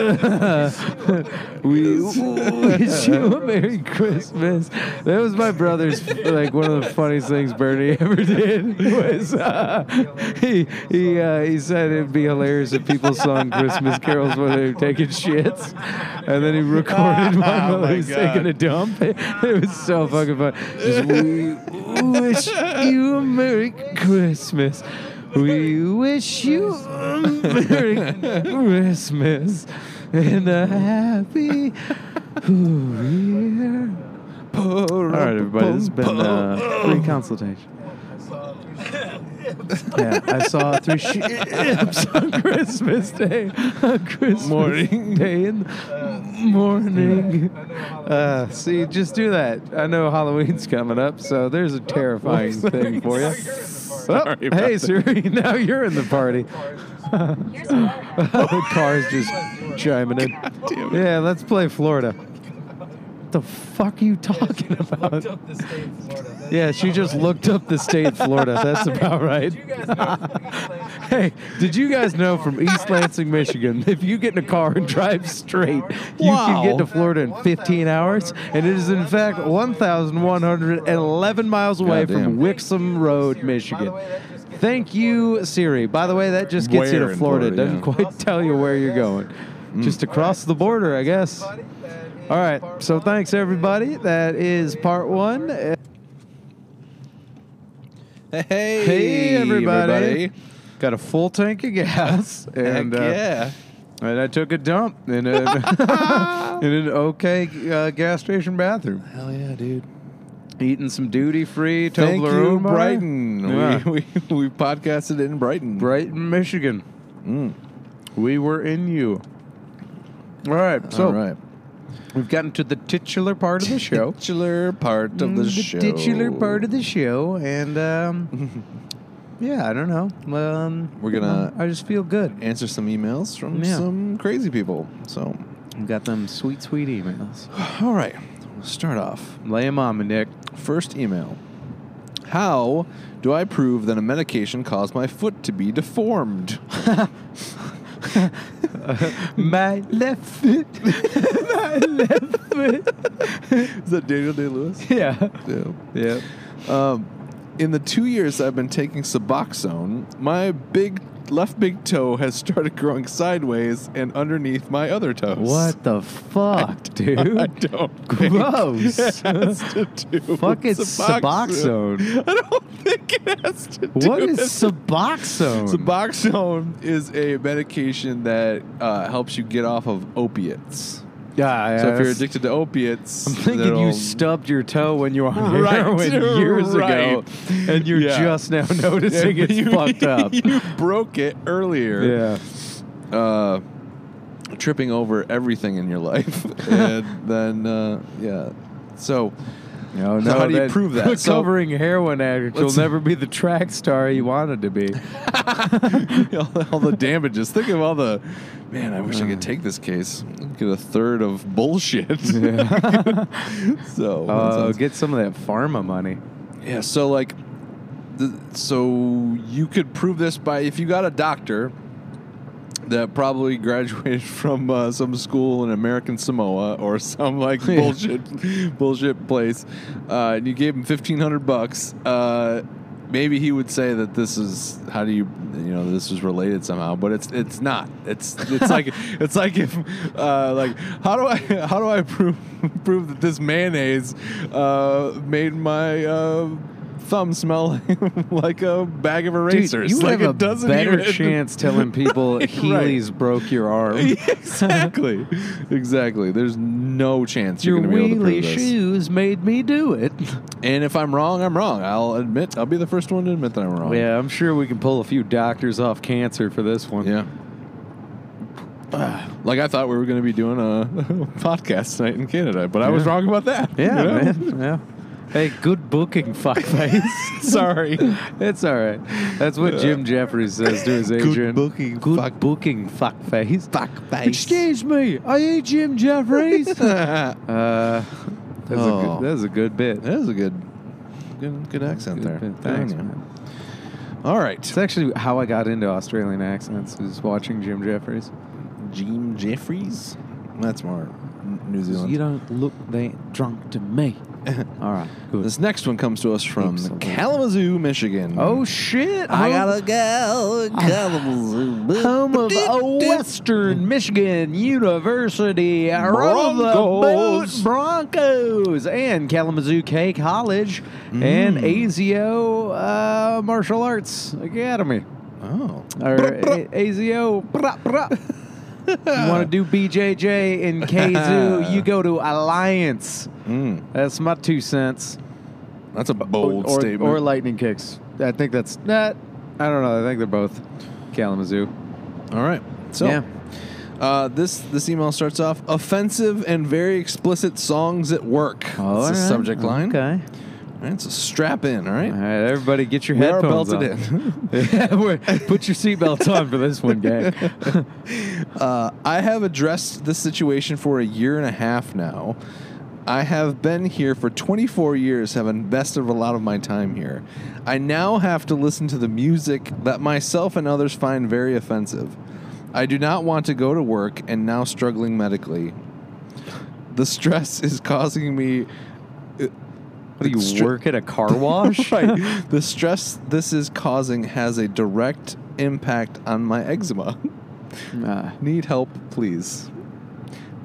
Speaker 1: we wish you a Merry Christmas. That was my brother's like one of the funniest things Bernie ever did was uh, he he uh, he said it'd be hilarious if people sung Christmas carols when they were taking shits, and then he recorded one
Speaker 2: Oh
Speaker 1: while
Speaker 2: my
Speaker 1: he was taking
Speaker 2: God.
Speaker 1: a dump. It, was so fucking fun. Just, we wish you a Merry Christmas. We wish you a Merry Christmas and a happy New year. All right, everybody, this has been uh, free consultation. Yeah, I saw three ships on Christmas Day, on Christmas
Speaker 2: Morning.
Speaker 1: Day in the morning. Uh, see, just do that. I know Halloween's coming up, so there's a terrifying thing for you. Oh,
Speaker 2: Sorry about
Speaker 1: hey,
Speaker 2: that.
Speaker 1: Siri, now you're in the party. Oh,
Speaker 4: Here's another one.
Speaker 1: the car's just chiming in.
Speaker 2: damn
Speaker 1: Yeah, let's play Florida. the fuck are you talking about?
Speaker 3: Up the state of Florida. That's
Speaker 1: Yeah, she just looked up the state Florida. That's about right.
Speaker 3: You guys know.
Speaker 1: Hey, did you guys know from East Lansing, Michigan, if you get in a car and drive straight, you can get to Florida in 15 hours? And it is, in fact, 1,111 miles away from
Speaker 2: Goddamn.
Speaker 1: Wixom Road, Michigan. Thank you, Siri. By the way, that just gets you
Speaker 2: Where
Speaker 1: to
Speaker 2: in
Speaker 1: Florida.
Speaker 2: Florida,
Speaker 1: Doesn't
Speaker 2: yeah.
Speaker 1: quite tell you where you're going. Just across the border, I guess. All right. So thanks, everybody. That is part one.
Speaker 2: Hey,
Speaker 1: Hey, everybody. Got a full tank of gas. And,
Speaker 2: Heck
Speaker 1: uh,
Speaker 2: yeah.
Speaker 1: And I took a dump in, a, in an okay uh, gas station bathroom.
Speaker 2: Hell yeah, dude.
Speaker 1: Eating some duty free
Speaker 2: Thank you,
Speaker 1: Toblerone. bar.
Speaker 2: Brighton.
Speaker 1: Yeah.
Speaker 2: We, we, we podcasted in Brighton.
Speaker 1: Brighton, Michigan.
Speaker 2: Mm.
Speaker 1: We were in you. All right. So
Speaker 2: All right.
Speaker 1: we've gotten to the titular part of the show. Mm,
Speaker 2: Titular part of Mm, the, show.
Speaker 1: titular part of the show. And um, yeah, I don't know. Um,
Speaker 2: We're gonna-
Speaker 1: I just feel good.
Speaker 2: Answer some emails from
Speaker 1: Yeah.
Speaker 2: some crazy people. So,
Speaker 1: We've got them sweet, sweet emails.
Speaker 2: all right. We'll start off.
Speaker 1: Lay 'em on me, Nick.
Speaker 2: First email. How do I prove that a medication caused my foot to be deformed?
Speaker 1: My left foot. My left foot.
Speaker 2: Is that Daniel Day Lewis?
Speaker 1: Yeah.
Speaker 2: yeah.
Speaker 1: Yep.
Speaker 2: Um, in the two years I've been taking Suboxone, my big left big toe has started growing sideways and underneath my other toes.
Speaker 1: What the fuck,
Speaker 2: I
Speaker 1: dude?
Speaker 2: don't. think
Speaker 1: Gross.
Speaker 2: It has to do with
Speaker 1: Fuck it's Suboxone.
Speaker 2: I don't think it has to do.
Speaker 1: What is
Speaker 2: with-
Speaker 1: Suboxone?
Speaker 2: Suboxone? Is a medication that uh, helps you get off of opiates.
Speaker 1: yeah, yeah,
Speaker 2: So if you're
Speaker 1: that's-
Speaker 2: addicted to opiates,
Speaker 1: I'm thinking you
Speaker 2: that'll-
Speaker 1: stubbed your toe when you were on
Speaker 2: Right,
Speaker 1: heroin years ago,
Speaker 2: right.
Speaker 1: and you're
Speaker 2: Yeah.
Speaker 1: just now noticing it's
Speaker 2: you-
Speaker 1: fucked up.
Speaker 2: you broke it earlier.
Speaker 1: yeah.
Speaker 2: uh, tripping over everything in your life, and then uh, yeah. So
Speaker 1: No,
Speaker 2: So how do you prove that? So-
Speaker 1: Recovering heroin addict, you'll
Speaker 2: Let's-
Speaker 1: never be the track star you wanted to be.
Speaker 2: all, all the damages. Think of all the man. I wish
Speaker 1: Mm.
Speaker 2: I could take this case. Get a third of bullshit. so that
Speaker 1: Uh,
Speaker 2: sounds-
Speaker 1: get some of that pharma money.
Speaker 2: yeah. So like, the, so you could prove this by if you got a doctor. That probably graduated from uh, some school in American Samoa or some like
Speaker 1: Yeah.
Speaker 2: bullshit bullshit place, uh, and you gave him fifteen hundred bucks, uh, maybe he would say that this is how do you you know this is related somehow, but it's it's not. It's it's like it's like if uh, like how do I how do I prove prove that this mayonnaise uh, made my uh, thumb smell like a bag of
Speaker 1: Dude,
Speaker 2: erasers?
Speaker 1: you
Speaker 2: like
Speaker 1: have a
Speaker 2: it doesn't
Speaker 1: better
Speaker 2: even-
Speaker 1: chance telling people Heelys broke your arm.
Speaker 2: exactly, exactly. There's no chance
Speaker 1: Your
Speaker 2: you're going to be able to
Speaker 1: wheelie
Speaker 2: prove this.
Speaker 1: shoes made me do it.
Speaker 2: And if I'm wrong, I'm wrong. I'll admit. I'll be the first one to admit that I'm wrong.
Speaker 1: Oh, Yeah, I'm sure we can pull a few doctors off cancer for this one.
Speaker 2: Yeah. Like I thought we were going to be doing a podcast tonight in Canada, but I was
Speaker 1: Yeah.
Speaker 2: wrong about that.
Speaker 1: Yeah,
Speaker 2: you know?
Speaker 1: man. Yeah.
Speaker 5: Hey, good booking, fuckface. Sorry.
Speaker 1: It's all right. That's what Jim Jeffries says to his agent.
Speaker 5: booking, good booking, fuckface. Fuckface.
Speaker 1: Excuse me, are you Jim Jeffries? uh, that's, a
Speaker 2: Oh.
Speaker 1: good, that's a good bit.
Speaker 2: That is a good, good, good accent
Speaker 1: Good
Speaker 2: there.
Speaker 1: bit.
Speaker 2: There
Speaker 1: Thanks,
Speaker 2: you go.
Speaker 1: man.
Speaker 2: All right.
Speaker 1: It's actually how I got into Australian accents is watching Jim Jeffries.
Speaker 2: Gene Jeffries. That's more N- New Zealand.
Speaker 1: You don't look that drunk to me. All right, good.
Speaker 2: This next one comes to us from
Speaker 1: Absolutely.
Speaker 2: Kalamazoo, Michigan.
Speaker 1: oh shit!
Speaker 5: go.
Speaker 1: home of a Western Michigan University Broncos,
Speaker 2: Broncos.
Speaker 1: Broncos and Kalamazoo K College and AZO uh, Martial Arts Academy
Speaker 2: Oh.
Speaker 1: or A- AZO. brah, brah. you want to do BJJ in KZoo? you go to Alliance.
Speaker 2: Mm.
Speaker 1: That's my two cents.
Speaker 2: That's a bold
Speaker 1: or,
Speaker 2: statement.
Speaker 1: Or lightning kicks. I think that's that. I don't know. I think they're both Kalamazoo.
Speaker 2: All right. So.
Speaker 1: Yeah.
Speaker 2: Uh, this this email starts off offensive and very explicit songs at work.
Speaker 1: All
Speaker 2: That's the
Speaker 1: right.
Speaker 2: subject line.
Speaker 1: Okay.
Speaker 2: All right, so strap in. All right.
Speaker 1: All right, everybody, get your
Speaker 2: We are
Speaker 1: headphones
Speaker 2: belted
Speaker 1: on. yeah, we're- put your seatbelts on for this one, gang.
Speaker 2: Uh, I have addressed this situation for a year and a half now. I have been here for 24 years, have invested a lot of my time here. I now have to listen to the music that myself and others find very offensive. I do not want to go to work and now struggling medically. The stress is causing me
Speaker 1: Do you
Speaker 2: Stri-
Speaker 1: work at a car wash?
Speaker 2: right. The stress this is causing has a direct impact on my eczema.
Speaker 1: Nah.
Speaker 2: Need help, please.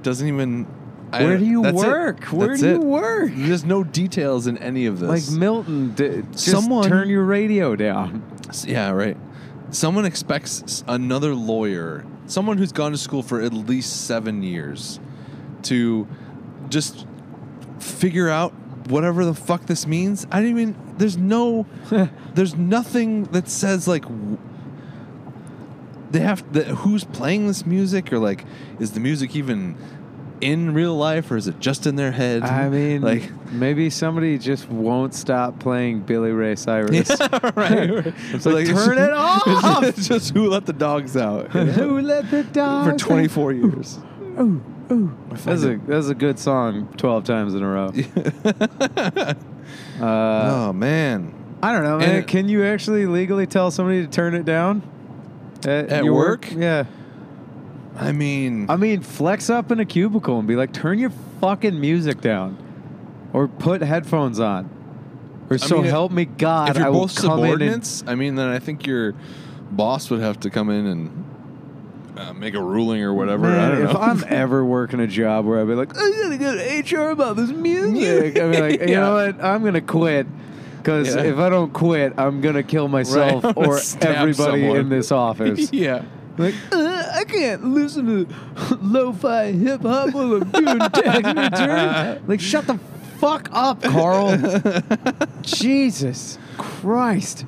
Speaker 2: Doesn't even.
Speaker 1: Where do you
Speaker 2: that's it.
Speaker 1: work? Where
Speaker 2: That's
Speaker 1: do you
Speaker 2: it.
Speaker 1: work?
Speaker 2: There's no details in any of
Speaker 1: Like
Speaker 2: this.
Speaker 1: Milton, d- just
Speaker 2: Someone-
Speaker 1: turn your radio down.
Speaker 2: S- yeah, right. Someone expects s- another lawyer, someone who's gone to school for at least seven years, to just figure out whatever the fuck this means. I don't even. There's no. there's nothing that says like. w- They have that. Who's playing this music, or like, is the music even in real life, or is it just in their head?
Speaker 1: I mean,
Speaker 2: like,
Speaker 1: maybe somebody just won't stop playing Billy Ray Cyrus.
Speaker 2: right?
Speaker 1: It's like, "Turn it off!"
Speaker 2: It's just who let the dogs out you know?
Speaker 1: Who let the dog
Speaker 2: for 24 years.
Speaker 1: That's a that's a good song. Twelve times in a row. uh,
Speaker 2: oh man,
Speaker 1: I don't know,
Speaker 2: And
Speaker 1: man.
Speaker 2: it-
Speaker 1: Can you actually legally tell somebody to turn it down at,
Speaker 2: At
Speaker 1: your
Speaker 2: work?
Speaker 1: Yeah.
Speaker 2: I mean,
Speaker 1: I mean, flex up in a cubicle and be like, turn your fucking music down, or put headphones on, or so
Speaker 2: mean, if-
Speaker 1: help me God,
Speaker 2: if you're
Speaker 1: I will
Speaker 2: both
Speaker 1: come in and
Speaker 2: subordinates, I mean, then I think your boss would have to come in and uh, make a ruling or whatever. I
Speaker 1: Man,
Speaker 2: don't
Speaker 1: if
Speaker 2: know.
Speaker 1: I'm ever working a job where I'd be like, I gotta go to HR about this music, I'd be like, you
Speaker 2: Yeah.
Speaker 1: know what? I'm gonna quit because
Speaker 2: Yeah.
Speaker 1: if I don't quit, I'm gonna kill myself
Speaker 2: I'm gonna
Speaker 1: or
Speaker 2: stab
Speaker 1: everybody
Speaker 2: someone.
Speaker 1: in this office.
Speaker 2: yeah,
Speaker 1: like, "Uh, I can't listen to lo-fi hip hop while I'm doing tax returns. Like, shut the fuck up, Carl. Jesus Christ.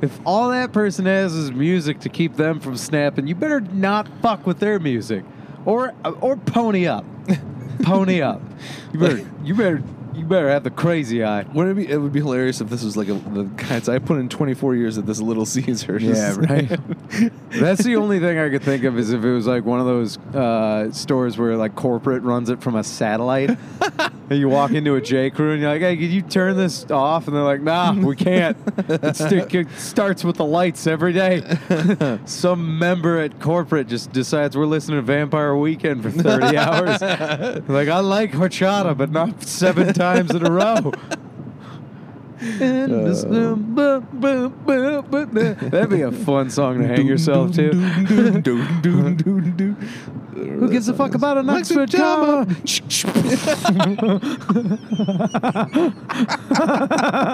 Speaker 1: If all that person has is music to keep them from snapping, you better not fuck with their music, or uh, or pony up, pony up. You better, you better, you better have the crazy eye.
Speaker 2: wouldn't it be? It would be hilarious if this was like a, the guys I put in 24 years at this Little Caesars.
Speaker 1: Yeah, right. That's the only thing I could think of is if it was like one of those uh, stores where like corporate runs it from a satellite. and you walk into a J Crew and you're like, "Hey, could you turn this off?" And they're like, "Nah, we can't. It's- it starts with the lights every day." Some member at corporate just decides we're listening to Vampire Weekend for 30 hours. like, I like horchata, but not seven times in a row. And this- boom, boom, boom, boom, boom. That'd be a fun song to hang yourself to. Who
Speaker 2: Who
Speaker 1: gives a fuck about an
Speaker 2: Like the
Speaker 1: Oxford comma?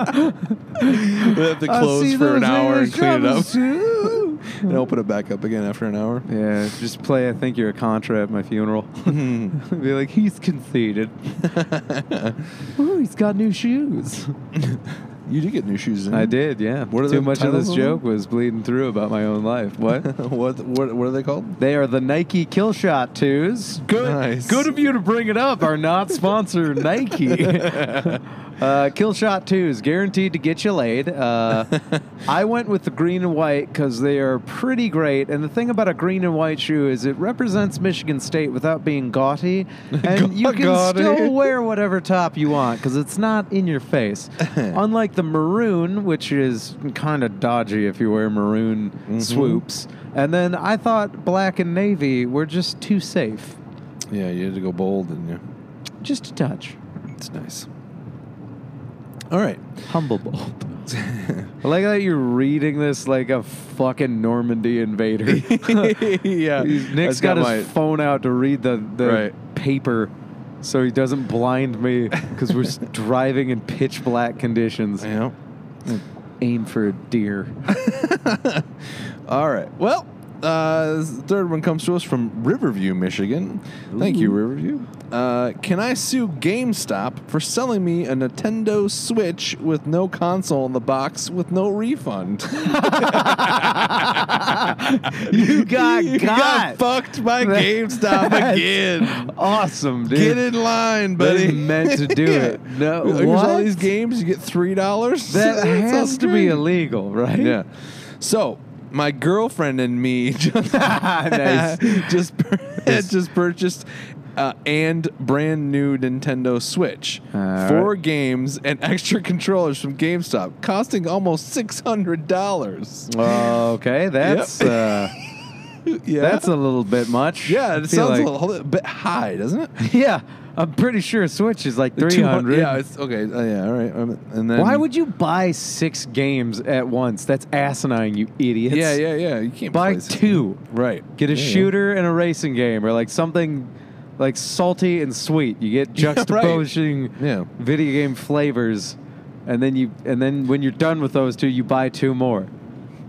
Speaker 2: We have to
Speaker 1: I
Speaker 2: close
Speaker 1: see
Speaker 2: for an
Speaker 1: those
Speaker 2: hour and
Speaker 1: English
Speaker 2: clean it up
Speaker 1: drivers too.
Speaker 2: and open it back up again after an hour.
Speaker 1: Yeah, just play I Think You're a Contra at my funeral. Be like, he's conceited. Ooh, he's got new shoes.
Speaker 2: You did get new shoes. didn't
Speaker 1: I
Speaker 2: you?
Speaker 1: did, yeah.
Speaker 2: What are
Speaker 1: Too
Speaker 2: the
Speaker 1: much of this
Speaker 2: titles of
Speaker 1: joke
Speaker 2: them?
Speaker 1: was bleeding through about my own life. What?
Speaker 2: what, what? What are they called?
Speaker 1: they are the Nike Kill Shot 2s. Good,
Speaker 2: Nice.
Speaker 1: good of you to bring it up. Our not sponsor, Nike. Uh, Kill Shot 2 is guaranteed to get you laid. Uh, I went with the green and white because they are pretty great. And the thing about a green and white shoe is it represents Michigan State without being gaudy. And you can
Speaker 2: Gaudy.
Speaker 1: still wear whatever top you want because it's not in your face. Unlike the maroon, which is kind of dodgy if you wear maroon
Speaker 2: Mm-hmm.
Speaker 1: swoops. And then I thought black and navy were just too safe.
Speaker 2: Yeah, you had to go bold, didn't you?
Speaker 1: Just a touch.
Speaker 2: It's nice. All right.
Speaker 1: Humble bold. I like that you're reading this like a fucking Normandy invader.
Speaker 2: yeah.
Speaker 1: Nick's
Speaker 2: I've
Speaker 1: got,
Speaker 2: my-
Speaker 1: his phone out to read the, the
Speaker 2: Right.
Speaker 1: paper so he doesn't blind me because we're s- driving in pitch black conditions.
Speaker 2: Yeah.
Speaker 1: Aim for a deer.
Speaker 2: All right. Well, uh, this- the third one comes to us from Riverview, Michigan. Thank you, Riverview. Uh, can I sue GameStop for selling me a Nintendo Switch with no console in the box with no refund?
Speaker 1: you got
Speaker 2: you
Speaker 1: got.
Speaker 2: got fucked by
Speaker 1: That's-
Speaker 2: GameStop again.
Speaker 1: awesome, dude.
Speaker 2: Get in line, buddy.
Speaker 1: They meant to do it. No,
Speaker 2: There's all
Speaker 1: what?
Speaker 2: these games. You get three dollars.
Speaker 1: That has to be illegal, right?
Speaker 2: Yeah. So my girlfriend and me just
Speaker 1: nice.
Speaker 2: just pur- had just purchased uh, and brand new Nintendo Switch,
Speaker 1: All
Speaker 2: four games and extra controllers from GameStop, costing almost six hundred dollars.
Speaker 1: Okay, that's uh,
Speaker 2: Yeah,
Speaker 1: that's a little bit much.
Speaker 2: yeah.
Speaker 1: I
Speaker 2: It
Speaker 1: feel
Speaker 2: sounds
Speaker 1: like-
Speaker 2: a little bit high, doesn't it?
Speaker 1: Yeah, I'm pretty sure Switch is like 300.
Speaker 2: Yeah, it's okay. Uh, yeah, all right. Um, and then
Speaker 1: Why would you buy six games at once? That's asinine, you idiots.
Speaker 2: Yeah, yeah, yeah. You can't
Speaker 1: Buy
Speaker 2: play six-
Speaker 1: two.
Speaker 2: Right.
Speaker 1: Get a
Speaker 2: Yeah, yeah.
Speaker 1: shooter and a racing game, or like something like salty and sweet. You get
Speaker 2: Yeah, right.
Speaker 1: juxtaposing
Speaker 2: Yeah.
Speaker 1: video game flavors, and then you and then when you're done with those two, you buy two more.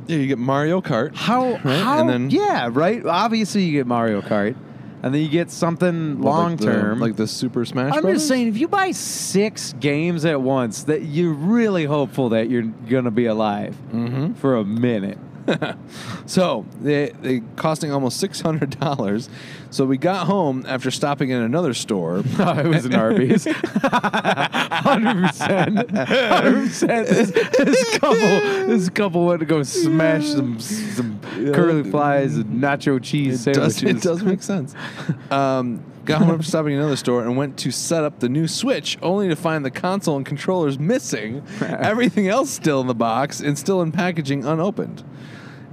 Speaker 2: Yeah, you get Mario Kart.
Speaker 1: How? how?
Speaker 2: And then-
Speaker 1: yeah, right. Obviously, you get Mario Kart, and then you get something
Speaker 2: Well,
Speaker 1: long
Speaker 2: like the-
Speaker 1: term,
Speaker 2: like the Super Smash.
Speaker 1: I'm
Speaker 2: Brothers?
Speaker 1: just saying, if you buy six games at once, that you're really hopeful that you're gonna be alive
Speaker 2: Mm-hmm.
Speaker 1: for a minute.
Speaker 2: So they they costing almost six hundred dollars. So we got home after stopping in another store.
Speaker 1: it was an Arby's, hundred percent, hundred percent. This this couple, this couple went to go smash some some curly flies and nacho cheese
Speaker 2: It
Speaker 1: sandwiches.
Speaker 2: does, it does make sense. Um, got home after stopping in another store and went to set up the new Switch, only to find the console and controllers missing, everything else still in the box and still in packaging unopened.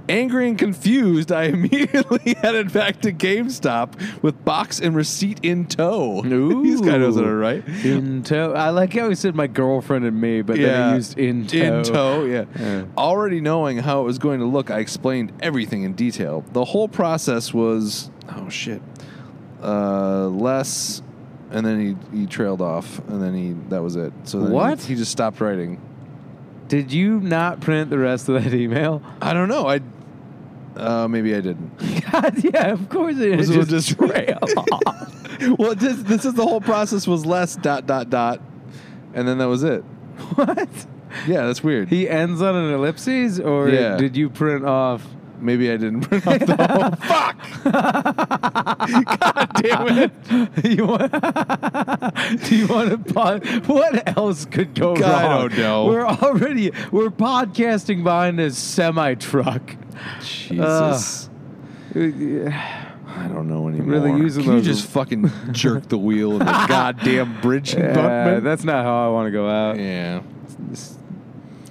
Speaker 2: Angry and confused, I immediately headed back to GameStop with box and receipt in tow. These guys knows it,
Speaker 1: Ooh.
Speaker 2: right?
Speaker 1: In tow. I like how he said my girlfriend and me, but then he used in tow.
Speaker 2: In tow, yeah.
Speaker 1: Yeah.
Speaker 2: Already knowing how it was going to look, I explained everything in detail. The whole process was oh shit. Uh less and then he, he trailed off and then he that was it. So then he-
Speaker 1: What?
Speaker 2: He, just stopped writing.
Speaker 1: Did you not print the rest of that email?
Speaker 2: I don't know. I uh maybe I didn't.
Speaker 1: God, yeah, of course it is.
Speaker 2: This was just rail. well this this is the whole process was less dot dot dot and then that was it.
Speaker 1: what?
Speaker 2: Yeah, that's weird.
Speaker 1: He ends on an ellipses, or
Speaker 2: Yeah.
Speaker 1: did you print off?
Speaker 2: maybe I didn't print off the whole fuck. God damn it.
Speaker 1: you want, do you want to pod? What else could go
Speaker 2: God, I
Speaker 1: wrong?
Speaker 2: don't know.
Speaker 1: We're already we're podcasting behind a semi truck.
Speaker 2: Jesus.
Speaker 1: Yeah,
Speaker 2: I don't know anymore.
Speaker 1: Really using
Speaker 2: Can
Speaker 1: those-
Speaker 2: you just fucking jerk the wheel of the goddamn bridge abutment?
Speaker 1: that's not how I want to go out.
Speaker 2: yeah.
Speaker 1: It's-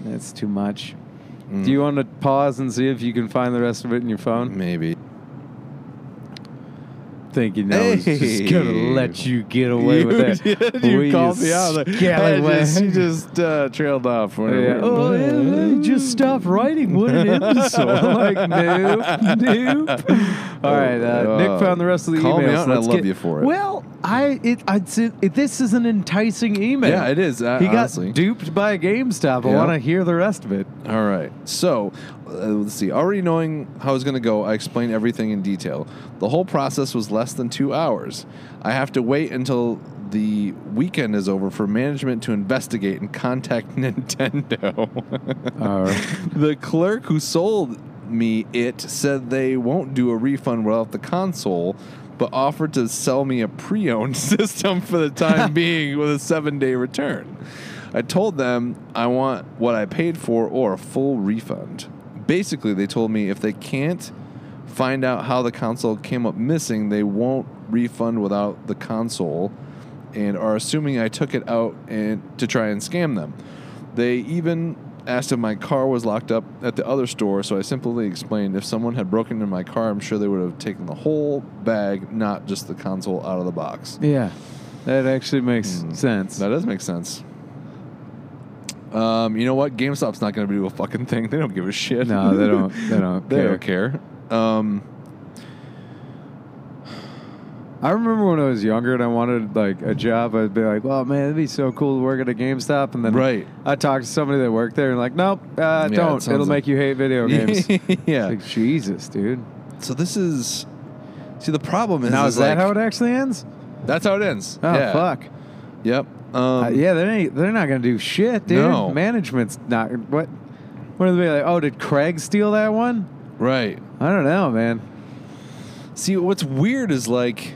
Speaker 1: That's too much.
Speaker 2: Mm.
Speaker 1: Do you want to pause and see if you can find the rest of it in your phone?
Speaker 2: Maybe.
Speaker 1: thinking I was just gonna
Speaker 2: Hey.
Speaker 1: let you get away with that.
Speaker 2: you
Speaker 1: We
Speaker 2: called
Speaker 1: is
Speaker 2: me out. Of
Speaker 1: scallywag.
Speaker 2: She just uh, trailed off. when I-
Speaker 1: Yeah. Oh, yeah, yeah, just stop writing. What an imbecile! like, nope, nope. All right, uh, Nick
Speaker 2: Uh,
Speaker 1: found the rest of the
Speaker 2: call me
Speaker 1: emails.
Speaker 2: out and I
Speaker 1: Let's
Speaker 2: love
Speaker 1: get-
Speaker 2: you for it.
Speaker 1: Well, I it, I'd say, it this is an enticing email.
Speaker 2: Yeah, it is. Uh,
Speaker 1: He got
Speaker 2: honestly.
Speaker 1: duped by GameStop. I
Speaker 2: Yeah.
Speaker 1: want to hear the rest of it.
Speaker 2: All right. So, uh, let's see. Already knowing how it's going to go, I explained everything in detail. The whole process was less than two hours. I have to wait until the weekend is over for management to investigate and contact Nintendo.
Speaker 1: All right.
Speaker 2: the clerk who sold me it said they won't do a refund without the console, but offered to sell me a pre owned system for the time being with a seven day return. I told them I want what I paid for or a full refund. Basically, they told me if they can't find out how the console came up missing, they won't refund without the console and are assuming I took it out and to try and scam them. They even asked if my car was locked up at the other store, so I simply explained if someone had broken into my car, I'm sure they would have taken the whole bag, not just the console out of the box.
Speaker 1: Yeah, that actually makes
Speaker 2: Hmm.
Speaker 1: sense.
Speaker 2: That does make sense. Um, you know what? GameStop's not going to do a fucking thing. They don't give a shit.
Speaker 1: No, they don't- they don't
Speaker 2: they don't care. Um,
Speaker 1: I remember when I was younger and I wanted like a job. I'd be like, "Well, man, it'd be so cool to work at a GameStop." And then
Speaker 2: Right.
Speaker 1: I talked to somebody that worked there and like, "Nope, uh,
Speaker 2: it
Speaker 1: don't.
Speaker 2: sounds
Speaker 1: It'll
Speaker 2: like-
Speaker 1: make you hate video games."
Speaker 2: yeah.
Speaker 1: Like, Jesus, dude.
Speaker 2: so this is. See, the problem is.
Speaker 1: Now is that
Speaker 2: like-
Speaker 1: how it actually ends?
Speaker 2: That's how it ends.
Speaker 1: Oh
Speaker 2: yeah.
Speaker 1: fuck.
Speaker 2: Yep. Um,
Speaker 1: Uh, yeah, they ain't, they're not gonna do shit, dude.
Speaker 2: No.
Speaker 1: Management's not. What? What are they like? Oh, did Craig steal that one?
Speaker 2: Right.
Speaker 1: I don't know, man.
Speaker 2: See, what's weird is like,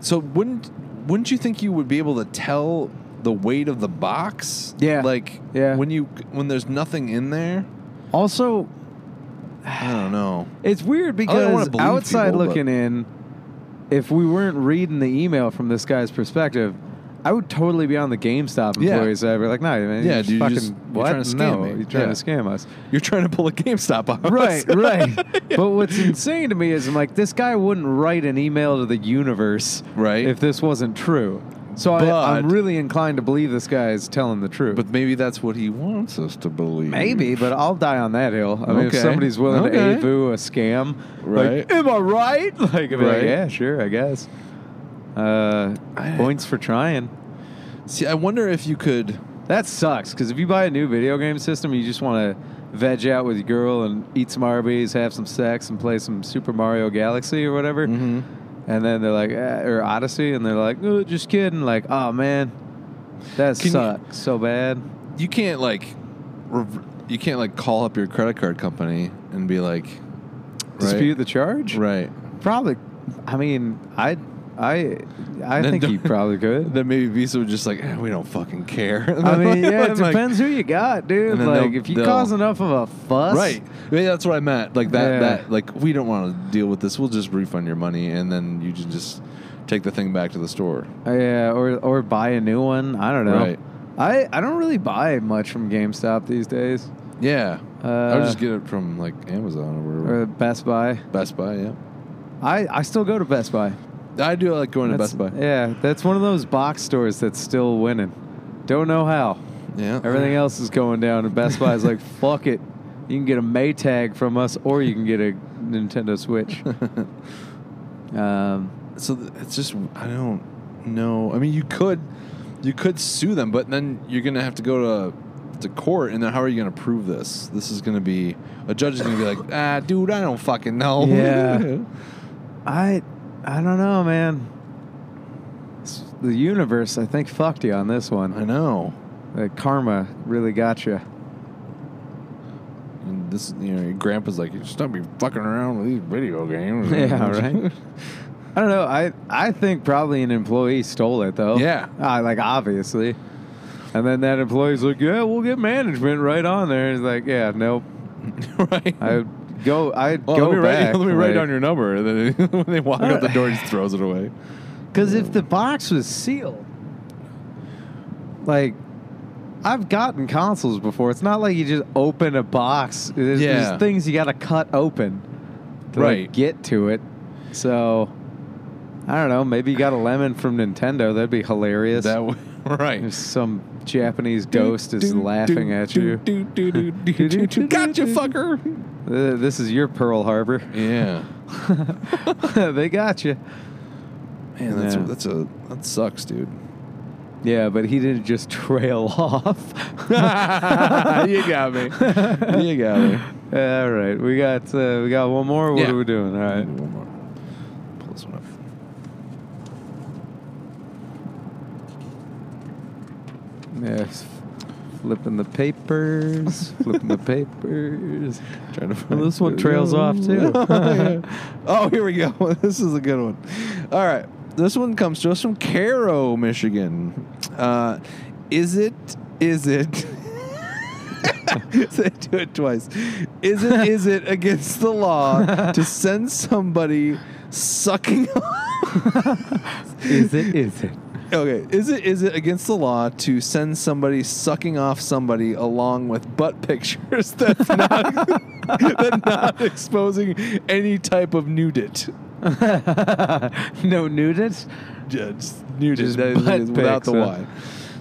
Speaker 2: so wouldn't wouldn't you think you would be able to tell the weight of the box?
Speaker 1: Yeah.
Speaker 2: Like,
Speaker 1: Yeah.
Speaker 2: When you when there's nothing in there,
Speaker 1: Also,
Speaker 2: I don't know.
Speaker 1: It's weird
Speaker 2: don't wanna
Speaker 1: because
Speaker 2: believe
Speaker 1: outside
Speaker 2: people, but-
Speaker 1: looking in, if we weren't reading the email from this guy's perspective, I would totally be on the GameStop
Speaker 2: Yeah.
Speaker 1: employees. I'd be like, "No, man,
Speaker 2: Yeah,
Speaker 1: you're
Speaker 2: dude, you
Speaker 1: fucking
Speaker 2: just- you're
Speaker 1: what?
Speaker 2: trying to scam
Speaker 1: no,
Speaker 2: me."
Speaker 1: you're trying
Speaker 2: Yeah.
Speaker 1: to scam us."
Speaker 2: You're trying to pull a GameStop on us.
Speaker 1: Right, right. But what's insane to me is I'm like, this guy wouldn't write an email to the universe,
Speaker 2: Right.
Speaker 1: if this wasn't true. So I, I'm
Speaker 2: But-
Speaker 1: really inclined to believe this guy is telling the truth.
Speaker 2: but maybe that's what he wants us to believe.
Speaker 1: Maybe, but I'll die on that hill. I mean, if
Speaker 2: Mm. Okay.
Speaker 1: somebody's willing to
Speaker 2: Okay.
Speaker 1: AVU a scam,
Speaker 2: Right.
Speaker 1: Like, Am I right? Like, I'd be like,
Speaker 2: Right.
Speaker 1: yeah, sure, I guess. Uh, points for trying.
Speaker 2: See, I wonder if you could.
Speaker 1: That sucks because if you buy a new video game system, you just want to veg out with your girl and eat some Arby's, have some sex, and play some Super Mario Galaxy or whatever.
Speaker 2: Mm-hmm.
Speaker 1: And then they're like, eh, or Odyssey, and they're like, oh, just kidding. Like, oh man, that
Speaker 2: Can you-
Speaker 1: sucks so bad.
Speaker 2: You can't like. Rev- you can't like call up your credit card company and be like.
Speaker 1: Dispute the charge.
Speaker 2: Right.
Speaker 1: Probably. I mean, I, I, I
Speaker 2: Then
Speaker 1: think he
Speaker 2: don't-
Speaker 1: probably could.
Speaker 2: Then maybe Visa would just like, eh, we don't fucking care.
Speaker 1: I mean, yeah, it
Speaker 2: Like-
Speaker 1: depends who you got, dude.
Speaker 2: And then
Speaker 1: Like,
Speaker 2: they'll-
Speaker 1: if you
Speaker 2: they'll-
Speaker 1: cause enough of a fuss,
Speaker 2: Right. Yeah, that's what I meant. Like that.
Speaker 1: Yeah.
Speaker 2: That. Like we don't want to deal with this. We'll just refund your money, and then you can just take the thing back to the store.
Speaker 1: Yeah, or or buy a new one. I don't know.
Speaker 2: Right.
Speaker 1: I I don't really buy much from GameStop these days,
Speaker 2: Yeah. I would
Speaker 1: Uh,
Speaker 2: just get it from like Amazon or wherever.
Speaker 1: or Best Buy.
Speaker 2: Best Buy. Yeah.
Speaker 1: I I still go to Best Buy.
Speaker 2: I do like going to
Speaker 1: That's-
Speaker 2: Best Buy.
Speaker 1: Yeah, that's one of those box stores that's still winning. Don't know how.
Speaker 2: Yeah.
Speaker 1: Everything else is going down, and Best Buy's like, fuck it. You can get a Maytag from us, or you can get a Nintendo Switch. um,
Speaker 2: So th- it's just I don't know. I mean, you could you could sue them, but then you're gonna have to go to to court, and then how are you gonna prove this? This is gonna be a judge is gonna be like, ah, dude, I don't fucking know.
Speaker 1: Yeah. I, I don't know, man. S- The universe, I think, fucked you on this
Speaker 2: I
Speaker 1: one.
Speaker 2: know.
Speaker 1: Uh, karma really got you.
Speaker 2: And this, you know, your grandpa's like, just don't be fucking around with these video games.
Speaker 1: Yeah, right. I don't know. I I think probably an employee stole it though.
Speaker 2: Yeah.
Speaker 1: Uh, like obviously. And then that employee's like, "Yeah, we'll get management right on there." He's like, "Yeah, nope.
Speaker 2: right.
Speaker 1: I go. I
Speaker 2: Well,
Speaker 1: go
Speaker 2: let me
Speaker 1: back.
Speaker 2: write. Let me write down your number. And then when they walk out the door, he just throws it away.
Speaker 1: Because if the box was sealed, like I've gotten consoles before. It's not like you just open a box. There's,
Speaker 2: Yeah.
Speaker 1: there's things you got to cut open to like,
Speaker 2: Right.
Speaker 1: get to it. So I don't know. Maybe you got a lemon from Nintendo. That'd be hilarious.
Speaker 2: That way. right.
Speaker 1: There's some Japanese ghost is laughing at you.
Speaker 2: you. Gotcha, fucker.
Speaker 1: Uh, This is your Pearl Harbor.
Speaker 2: Yeah.
Speaker 1: they got you.
Speaker 2: Man, that's
Speaker 1: Yeah.
Speaker 2: that's a that sucks, dude.
Speaker 1: Yeah, but he didn't just trail off.
Speaker 2: got me. you got me.
Speaker 1: Yeah, All right, we got uh, we got one more. What
Speaker 2: Yeah.
Speaker 1: are we doing? All right.
Speaker 2: One more. Pull this one up.
Speaker 1: Yeah, s- flipping the papers, flipping the papers.
Speaker 2: Trying to find
Speaker 1: Well, this one trails off, too.
Speaker 2: oh, here we go. This is a good one. All right. This one comes to us from Caro, Michigan. Uh, Is it? Is it? Say do it twice. Is it? Is it against the law to send somebody sucking?
Speaker 1: Is it? Is it?
Speaker 2: okay. Is it? Is it against the law to send somebody sucking off somebody along with butt pictures? That's not. that's not exposing any type of nudit.
Speaker 6: no nudist.
Speaker 2: Just nude
Speaker 6: Just
Speaker 2: that is-
Speaker 6: butt
Speaker 2: is without
Speaker 6: pics,
Speaker 2: the
Speaker 6: huh?
Speaker 2: Y.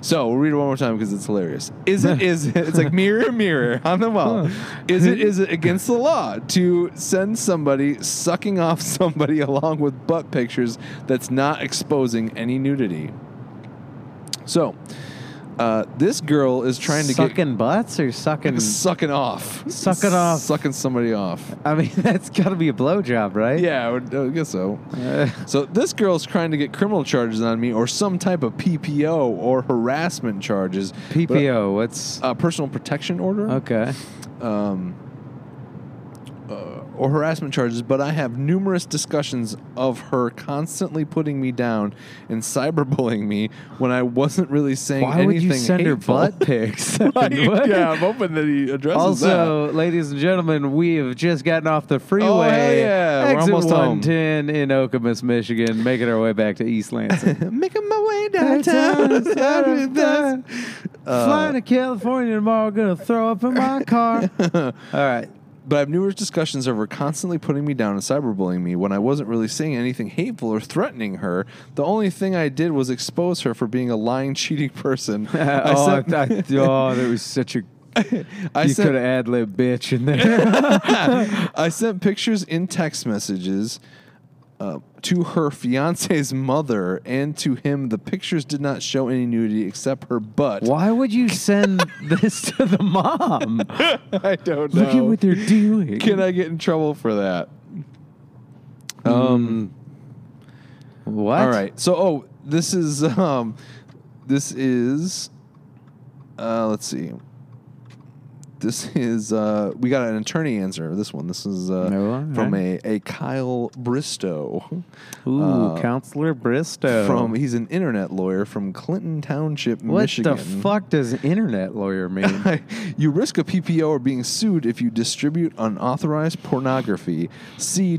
Speaker 2: So we'll read it one more time because it's hilarious. Is it is it, it's like mirror mirror on the wall. Is it is it against the law to send somebody sucking off somebody along with butt pictures that's not exposing any nudity? So uh, this girl is trying to
Speaker 1: sucking butts or sucking.
Speaker 2: get sucking off,
Speaker 1: Sucking off.
Speaker 2: sucking somebody off.
Speaker 1: I mean, that's got to be a blowjob, right?
Speaker 2: Yeah, I, would, I would guess so.
Speaker 1: Uh,
Speaker 2: So this girl's trying to get criminal charges on me or some type of PPO or harassment charges.
Speaker 1: PPO. What's
Speaker 2: But, uh, personal protection order
Speaker 1: okay?
Speaker 2: um, uh, or harassment charges, but I have numerous discussions of her constantly putting me down and cyberbullying me when I wasn't really saying
Speaker 1: Why
Speaker 2: anything
Speaker 1: would you send
Speaker 2: hateful.
Speaker 1: her butt pics?
Speaker 2: Right,
Speaker 1: What?
Speaker 2: Yeah, I'm hoping that he addresses that. Oh,
Speaker 1: Also, ladies and gentlemen, we have just gotten off the freeway.
Speaker 2: hell yeah. We're
Speaker 1: Exit
Speaker 2: almost home.
Speaker 1: 110 in Okemos, Michigan, making our way back to East Lansing.
Speaker 2: Making my way
Speaker 1: Downtown.
Speaker 2: Uh,
Speaker 1: Flying to California tomorrow, gonna throw up in my car. All right.
Speaker 2: But I have numerous discussions of her constantly putting me down and cyberbullying me when I wasn't really saying anything hateful or threatening her. The only thing I did was expose her for being a lying, cheating person. I
Speaker 1: oh,
Speaker 2: sent,
Speaker 1: I, I, oh, that was such a.
Speaker 2: I
Speaker 1: you
Speaker 2: sent-
Speaker 1: could have ad lib bitch in there.
Speaker 2: I sent pictures in text messages uh, to her fiance's mother and to him. The pictures did not show any nudity except her butt.
Speaker 1: Why would you send this to the mom?
Speaker 2: I don't know.
Speaker 1: Look at what they're doing.
Speaker 2: Can I get in trouble for that?
Speaker 1: Um, what?
Speaker 2: Mm. All right. So, oh, this is um, this is, uh, let's see. This is uh, we got an attorney answer. This one. This is uh,
Speaker 1: Oh, all
Speaker 2: from a, a Kyle Bristow.
Speaker 1: Ooh,
Speaker 2: Uh,
Speaker 1: Counselor Bristow.
Speaker 2: From he's an internet lawyer from Clinton Township,
Speaker 1: what
Speaker 2: Michigan.
Speaker 1: the fuck does internet lawyer mean?
Speaker 2: you risk a PPO or being sued if you distribute unauthorized pornography. See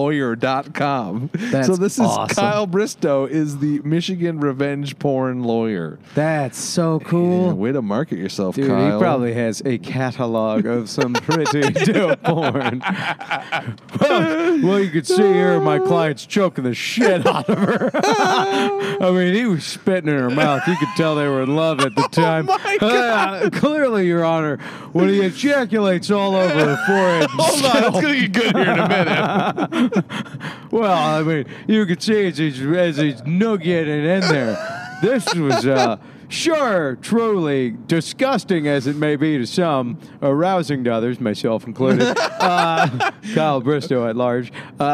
Speaker 2: www.michiganrevengepornlawyer.com.
Speaker 1: That's
Speaker 2: so this is
Speaker 1: awesome.
Speaker 2: Kyle Bristow is the Michigan revenge porn lawyer.
Speaker 1: That's so
Speaker 2: Yeah,
Speaker 1: cool.
Speaker 2: way to market yourself,
Speaker 1: Dude, he
Speaker 2: Kyle.
Speaker 1: probably has a catalog of some pretty dope porn. well, well, you could see here my client's choking the shit out of her. I mean, he was spitting in her mouth. You could tell they were in love at the time.
Speaker 2: Oh my God.
Speaker 1: Uh, clearly, Your Honor, when he ejaculates all over her forehead. and
Speaker 2: Hold on, it's gonna get good here in a minute.
Speaker 1: Well, I mean, you could see as he's, as he's nuggeting in there. This was, uh, sure, truly disgusting as it may be to some, arousing to others, myself included. Uh, Kyle Bristow at large.
Speaker 2: Uh,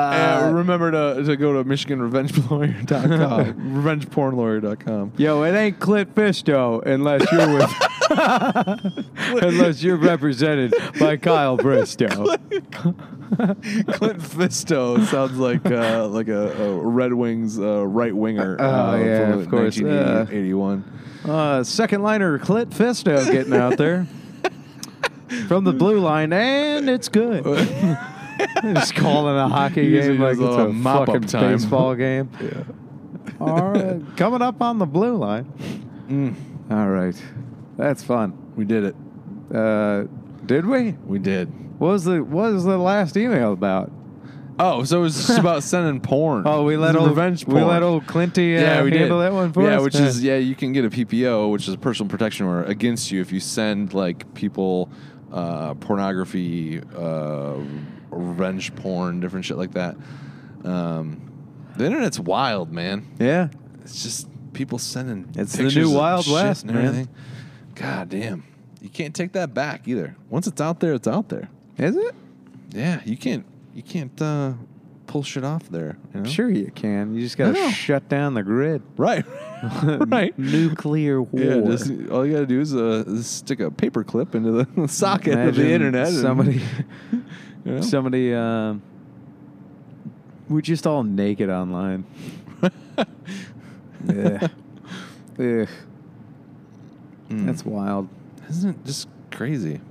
Speaker 1: Uh,
Speaker 2: remember to, to go to michiganrevengelawyer.com, revengepornlawyer.com.
Speaker 1: yo, it ain't Clit Fisto unless you're with. unless you're represented by Kyle Bristow.
Speaker 2: Clint Fisto sounds like uh, like a, a Red Wings uh, right winger.
Speaker 1: Oh,
Speaker 2: uh,
Speaker 1: yeah,
Speaker 2: from
Speaker 1: of course,
Speaker 2: 1981.
Speaker 1: Uh, second liner Clit Fisto getting out there. From the blue line, and it's good. Just calling a hockey
Speaker 2: Usually
Speaker 1: game like
Speaker 2: just
Speaker 1: it's
Speaker 2: a
Speaker 1: a
Speaker 2: mop-up
Speaker 1: fucking
Speaker 2: time.
Speaker 1: baseball game. All right. Coming up on the blue line. All right. That's fun.
Speaker 2: Mm, We did it.
Speaker 1: Uh, did we?
Speaker 2: We did.
Speaker 1: What was the What was the last email about?
Speaker 2: Oh, so it was just about sending porn.
Speaker 1: Oh, we let
Speaker 2: This is
Speaker 1: old
Speaker 2: revenge porn.
Speaker 1: we let old Clinty uh,
Speaker 2: yeah, we did.
Speaker 1: handle that one for us. Uh,
Speaker 2: yeah, which is yeah, you can get a PPO, which is a personal protection order against you if you send like people uh, pornography, uh, revenge porn, different shit like that. Um, the internet's wild, man.
Speaker 1: yeah.
Speaker 2: It's just people sending.
Speaker 1: It's the
Speaker 2: pictures
Speaker 1: new
Speaker 2: of
Speaker 1: Wild
Speaker 2: shit
Speaker 1: West,
Speaker 2: and
Speaker 1: man.
Speaker 2: everything. God damn, you can't take that back either. Once it's out there, it's out there.
Speaker 1: Is it?
Speaker 2: Yeah, you can't. You can't uh, pull shit off there. You know?
Speaker 1: Sure, you can. You just gotta
Speaker 2: I know.
Speaker 1: shut down the grid.
Speaker 2: Right. right.
Speaker 1: Nuclear war.
Speaker 2: Yeah, just, all you gotta do is uh, stick a paper clip into the socket of
Speaker 1: Imagine
Speaker 2: the internet. and,
Speaker 1: Somebody,
Speaker 2: you know?
Speaker 1: somebody. Um, we're just all naked online. Ugh. Ugh. That's wild.
Speaker 2: Hmm. Isn't it just crazy?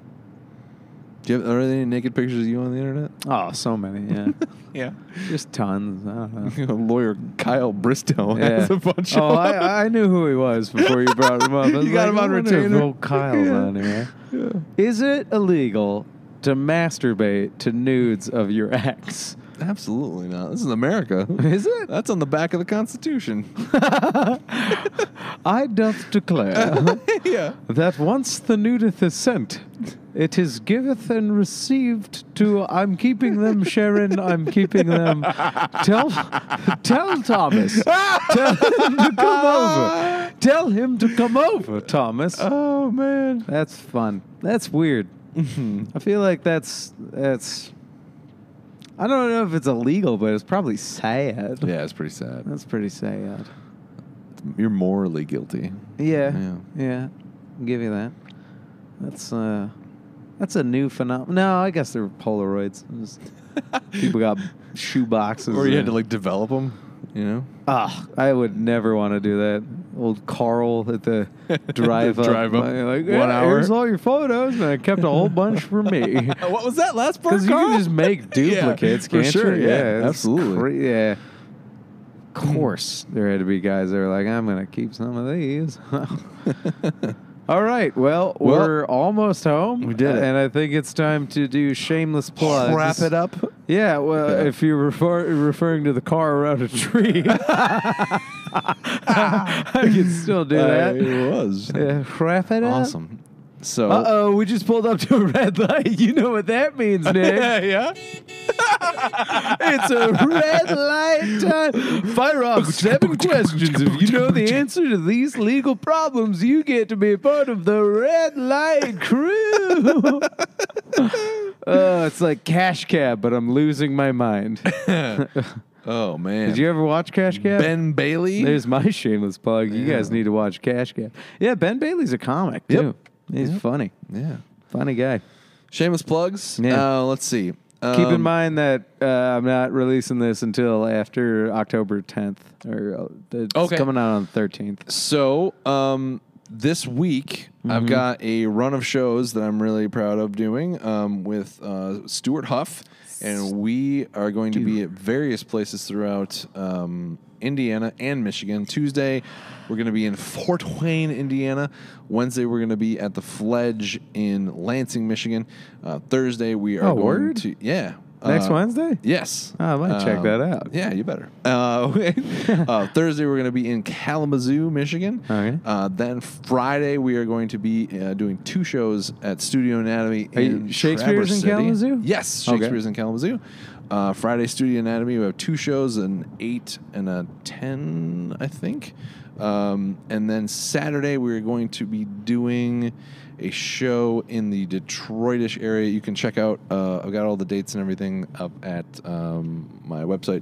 Speaker 2: Do you have, are there any naked pictures of you on the internet?
Speaker 1: Oh, so many. Yeah,
Speaker 2: Yeah.
Speaker 1: just tons. I don't know.
Speaker 2: Lawyer Kyle Bristow has
Speaker 1: Yeah.
Speaker 2: a bunch
Speaker 1: oh,
Speaker 2: of.
Speaker 1: I, I knew who he was before you brought him up. I
Speaker 2: You
Speaker 1: was
Speaker 2: got him
Speaker 1: I
Speaker 2: on
Speaker 1: wonder if
Speaker 2: retainer?
Speaker 1: Old Kyle's
Speaker 2: Yeah.
Speaker 1: on here.
Speaker 2: Yeah.
Speaker 1: Is it illegal to masturbate to nudes of your ex?
Speaker 2: Absolutely not. This is America.
Speaker 1: Is it?
Speaker 2: That's on the back of the Constitution.
Speaker 1: I doth declare
Speaker 2: yeah.
Speaker 1: that once the nudith is sent, it is giveth and received to I'm keeping them, Sharon, I'm keeping them. Tell tell Thomas. Tell him to come over. Tell him to come over, Thomas.
Speaker 2: Oh man.
Speaker 1: That's fun. That's weird. I feel like that's that's I don't know if it's illegal, but it's probably sad.
Speaker 2: Yeah, it's pretty sad.
Speaker 1: That's pretty sad.
Speaker 2: You're morally guilty.
Speaker 1: Yeah.
Speaker 2: Yeah.
Speaker 1: Yeah. I'll give you that. That's uh that's a new phenomenon. No, I guess they're Polaroids. I'm just- people got shoe boxes.
Speaker 2: Or you had
Speaker 1: and-
Speaker 2: to like develop them, you know?
Speaker 1: Ah, I would never want to do that. Old Carl at the drive up.
Speaker 2: drive up,
Speaker 1: Like,
Speaker 2: one
Speaker 1: "Yeah, Here's
Speaker 2: hour."
Speaker 1: all your photos, and I kept a whole bunch for me.
Speaker 2: What was that last part?
Speaker 1: Because you can just make duplicates,
Speaker 2: for
Speaker 1: can't
Speaker 2: sure,
Speaker 1: you?
Speaker 2: yeah,
Speaker 1: it's
Speaker 2: absolutely.
Speaker 1: cra- yeah. Of course, there had to be guys that were like, "I'm gonna keep some of these." All right, well,
Speaker 2: Well,
Speaker 1: we're almost home.
Speaker 2: we did it.
Speaker 1: and I think it's time to do shameless plugs.
Speaker 2: wrap it up.
Speaker 1: Yeah, well,
Speaker 2: Yeah.
Speaker 1: if you're refer- referring to the car around a tree, I can still do
Speaker 2: Uh,
Speaker 1: that.
Speaker 2: it was.
Speaker 1: Yeah, wrap it up.
Speaker 2: Awesome. So
Speaker 1: Uh oh, we just pulled up to a red light. You know what that means, Nick.
Speaker 2: yeah.
Speaker 1: It's a red light time. Fire off seven questions. If you know the answer to these legal problems, you get to be part of the red light crew. Oh, it's like Cash Cab, but I'm losing my mind.
Speaker 2: Oh man.
Speaker 1: Did you ever watch Cash Cab?
Speaker 2: Ben Bailey?
Speaker 1: There's my shameless plug. You
Speaker 2: Yeah.
Speaker 1: guys need to watch Cash Cab. Yeah, Ben Bailey's a comic
Speaker 2: Yep.
Speaker 1: too. He's
Speaker 2: Yep.
Speaker 1: funny,
Speaker 2: yeah.
Speaker 1: funny guy.
Speaker 2: Shameless plugs.
Speaker 1: Yeah.
Speaker 2: Uh, let's see.
Speaker 1: Keep in
Speaker 2: Um,
Speaker 1: mind that uh, I'm not releasing this until after October 10th, or uh, it's
Speaker 2: Okay.
Speaker 1: coming out on the 13th.
Speaker 2: So, um, this week
Speaker 1: Mm-hmm.
Speaker 2: I've got a run of shows that I'm really proud of doing um, with uh, Stuart Huff, and we are going to be at various places throughout um, Indiana and Michigan. Tuesday, we're going to be in Fort Wayne, Indiana. Wednesday, we're going to be at the Fledge in Lansing, Michigan. Uh, Thursday, we are
Speaker 1: Oh,
Speaker 2: going
Speaker 1: word?
Speaker 2: to yeah.
Speaker 1: Next
Speaker 2: uh,
Speaker 1: Wednesday?
Speaker 2: Yes.
Speaker 1: Oh, I might check
Speaker 2: Um,
Speaker 1: that out.
Speaker 2: Yeah, you better. Uh, uh, Thursday, we're going to be in Kalamazoo, Michigan.
Speaker 1: All right.
Speaker 2: Uh, then Friday, we are going to be uh, doing two shows at Studio Anatomy
Speaker 1: Are you-
Speaker 2: in
Speaker 1: Shakespeare's
Speaker 2: Traverse
Speaker 1: in
Speaker 2: City.
Speaker 1: Kalamazoo?
Speaker 2: Yes,
Speaker 1: Okay.
Speaker 2: Shakespeare's in Kalamazoo. Uh, Friday, Studio Anatomy. We have two shows, an 8 and a 10, I think. Um, and then Saturday, we're going to be doing a show in the Detroitish area. You can check out, uh, I've got all the dates and everything up at um, my website,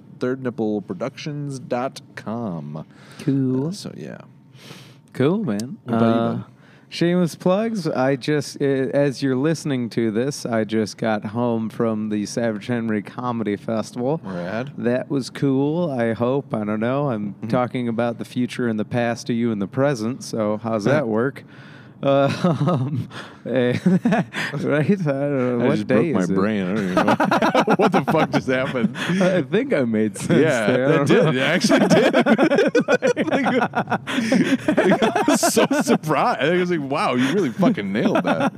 Speaker 2: thirdnippleproductions.com.
Speaker 1: Cool.
Speaker 2: So, yeah.
Speaker 1: Cool, man.
Speaker 2: What about you,
Speaker 1: Uh,
Speaker 2: bud?
Speaker 1: shameless plugs. I just, uh, as you're listening to this, I just got home from the Savage Henry Comedy Festival.
Speaker 2: Rad.
Speaker 1: That was cool. I hope. I don't know. I'm
Speaker 2: Mm-hmm.
Speaker 1: talking about the future and the past to you in the present. So how's that work? Uh, um, eh, right? I don't know.
Speaker 2: I
Speaker 1: what
Speaker 2: just
Speaker 1: day
Speaker 2: broke my
Speaker 1: is it?
Speaker 2: brain. I don't even know what the fuck just happened.
Speaker 1: I think I made sense.
Speaker 2: Yeah,
Speaker 1: there. I
Speaker 2: that
Speaker 1: don't know.
Speaker 2: did. It actually did. I was so surprised. I was like, "Wow, you really fucking nailed that!"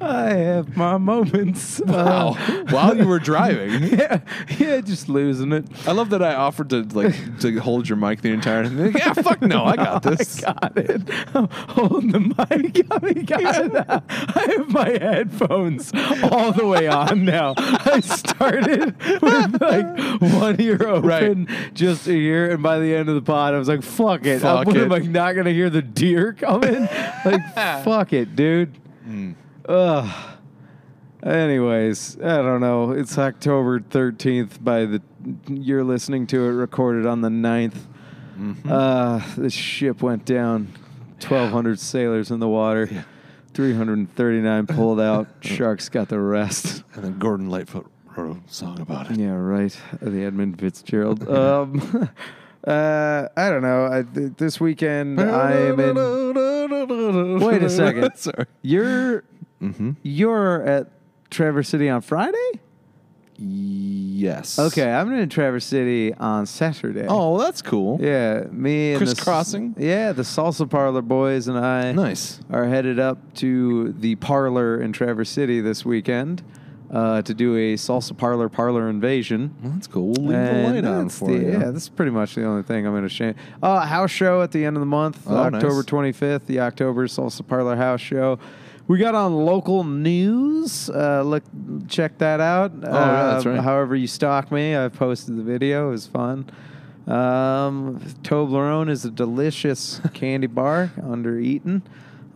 Speaker 1: I have my moments.
Speaker 2: Wow,
Speaker 1: Uh,
Speaker 2: while you were driving.
Speaker 1: yeah, yeah, just losing it.
Speaker 2: I love that I offered to like to hold your mic the entire time. Like, yeah, fuck no, I got
Speaker 1: Oh
Speaker 2: this.
Speaker 1: got it. I'm holding the mic. I mean, God, I have my headphones all the way on now. I started with like one ear open, just a ear, and by the end of the pod, I was like, "Fuck it."
Speaker 2: Fuck
Speaker 1: I'm, what am
Speaker 2: it.
Speaker 1: I not gonna hear the deer coming? like, fuck it, dude.
Speaker 2: Mm.
Speaker 1: Ugh. Anyways, I don't know. It's October 13th by the you're listening to it recorded on the 9th.
Speaker 2: Mm-hmm.
Speaker 1: Uh, the ship went down. 1,200 sailors in the water. 339 pulled out. Sharks got the rest.
Speaker 2: And then Gordon Lightfoot wrote a song about it.
Speaker 1: Yeah, right. The Edmund Fitzgerald. um, Uh, I don't know. I, th- this weekend I am in. Wait a second.
Speaker 2: Sorry. Mm-hmm.
Speaker 1: You're you're at Traverse City on Friday.
Speaker 2: Yes.
Speaker 1: Okay, I'm in Traverse City on Saturday.
Speaker 2: Oh, well, that's cool.
Speaker 1: yeah, me and the s-
Speaker 2: Crisscrossing?
Speaker 1: Yeah, the salsa parlor boys and I
Speaker 2: Nice.
Speaker 1: are headed up to the parlor in Traverse City this weekend uh, to do a salsa parlor parlor invasion.
Speaker 2: Well, that's cool. We'll leave
Speaker 1: And
Speaker 2: the light on
Speaker 1: that's
Speaker 2: for
Speaker 1: the-
Speaker 2: you.
Speaker 1: Yeah, that's pretty much the only thing I'm going to shame. Uh, house show at the end of the month,
Speaker 2: Oh,
Speaker 1: October
Speaker 2: nice.
Speaker 1: 25th, the October Salsa Parlor House Show. We got on local news. Uh, look, check that out. Oh,
Speaker 2: yeah, that's right.
Speaker 1: However, you stalk me, I've posted the video. It was fun. Um, Toblerone is a delicious candy bar under eaten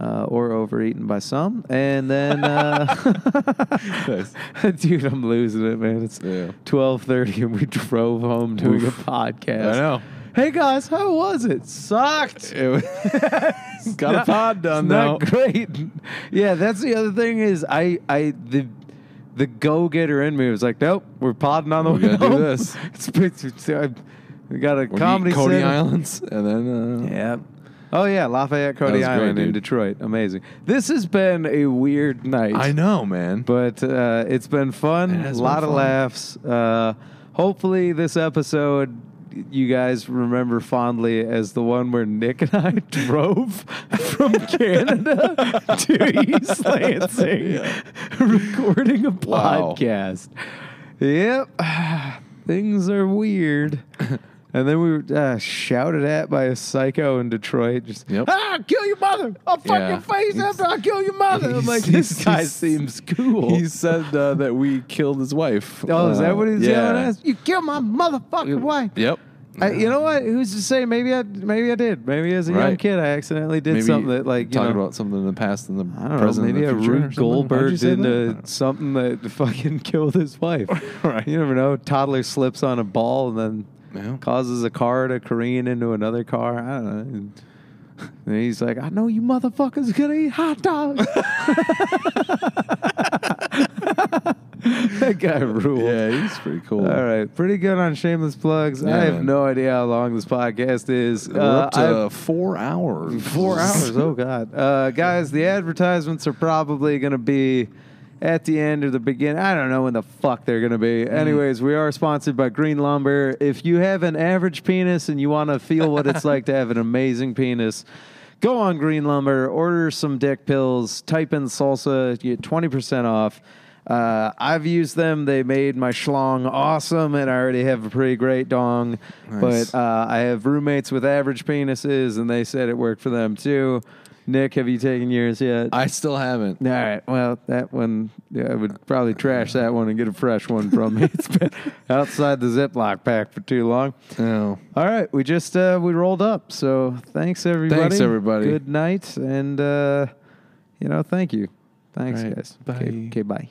Speaker 1: uh, or overeaten by some. And then, uh,
Speaker 2: Nice.
Speaker 1: dude, I'm losing it, man. It's
Speaker 2: Yeah.
Speaker 1: twelve thirty, and we drove home doing
Speaker 2: Oof.
Speaker 1: a podcast.
Speaker 2: I know.
Speaker 1: Hey guys, how was it? Sucked.
Speaker 2: It was- Got a pod done
Speaker 1: it's
Speaker 2: though.
Speaker 1: Not great. yeah, that's the other thing is I I the the go getter in me was like, nope, we're podding on the
Speaker 2: We
Speaker 1: way
Speaker 2: gotta do
Speaker 1: home.
Speaker 2: this.
Speaker 1: It's, it's, it's, I- we got a
Speaker 2: We're
Speaker 1: comedy
Speaker 2: neat Coney
Speaker 1: Central-
Speaker 2: Islands, and then uh,
Speaker 1: yeah. Oh yeah, Lafayette Cody
Speaker 2: was great,
Speaker 1: Island in
Speaker 2: dude.
Speaker 1: Detroit. Amazing. This has been a weird night
Speaker 2: I know, man.
Speaker 1: but uh, it's been fun.
Speaker 2: It has
Speaker 1: a lot
Speaker 2: been
Speaker 1: of
Speaker 2: fun.
Speaker 1: laughs. Uh, hopefully, this episode you guys remember fondly as the one where Nick and I drove from Canada to East Lansing, recording a
Speaker 2: Wow.
Speaker 1: podcast. Yep, things are weird. And then we were uh, shouted at by a psycho in Detroit. Just,
Speaker 2: Yep.
Speaker 1: ah, kill your mother! I'll fuck
Speaker 2: Yeah.
Speaker 1: your face
Speaker 2: He's-
Speaker 1: after I kill your mother. I'm
Speaker 2: He's-
Speaker 1: like, this
Speaker 2: he's-
Speaker 1: guy
Speaker 2: he's-
Speaker 1: seems cool.
Speaker 2: he said uh, that we killed his wife.
Speaker 1: Oh, is
Speaker 2: Uh,
Speaker 1: that what he's
Speaker 2: yeah.
Speaker 1: yelling at us? You killed my motherfucking wife.
Speaker 2: Yep.
Speaker 1: I, you know what? Who's to say? Maybe I, maybe I did. Maybe as a young
Speaker 2: Right.
Speaker 1: kid, I accidentally did something that, like, you
Speaker 2: talking
Speaker 1: know,
Speaker 2: about something in the past and the
Speaker 1: I don't know,
Speaker 2: present.
Speaker 1: maybe I
Speaker 2: and the future or
Speaker 1: Rube
Speaker 2: something? How'd you
Speaker 1: Goldberged
Speaker 2: say that? I
Speaker 1: into
Speaker 2: don't
Speaker 1: uh, something that fucking killed his wife.
Speaker 2: Right.
Speaker 1: You never know. Toddler slips on a ball and then
Speaker 2: Yeah.
Speaker 1: causes a car to careen into another car. I don't know. And then he's like, I know you motherfuckers are gonna eat hot dogs. that guy ruled.
Speaker 2: know. yeah, he's pretty cool.
Speaker 1: All right, pretty good on shameless plugs.
Speaker 2: Yeah,
Speaker 1: I have
Speaker 2: man.
Speaker 1: no idea how long this podcast is.
Speaker 2: We're
Speaker 1: Uh,
Speaker 2: up to
Speaker 1: I've-
Speaker 2: four hours.
Speaker 1: Four hours. Oh God, uh, guys, the advertisements are probably going to be at the end or the beginning. I don't know when the fuck they're going to be. Anyways, we are sponsored by Green Lumber. If you have an average penis and you want to feel what it's like to have an amazing penis. Go on Green Lumber, order some dick pills, type in salsa, you get 20% off. Uh, I've used them. They made my schlong awesome, and I already have a pretty great dong.
Speaker 2: Nice.
Speaker 1: But uh, I have roommates with average penises, and they said it worked for them too. Nick, have you taken yours yet?
Speaker 2: I still haven't.
Speaker 1: All right. Well, that one, yeah, I would probably trash that one and get a fresh one from me. It's been outside the Ziploc pack for too long.
Speaker 2: No.
Speaker 1: All right, we just uh, we rolled up. So thanks everybody.
Speaker 2: Thanks, everybody.
Speaker 1: Good night, and uh, you know, thank you. Thanks,
Speaker 2: All right,
Speaker 1: guys.
Speaker 2: bye.
Speaker 1: Okay, bye.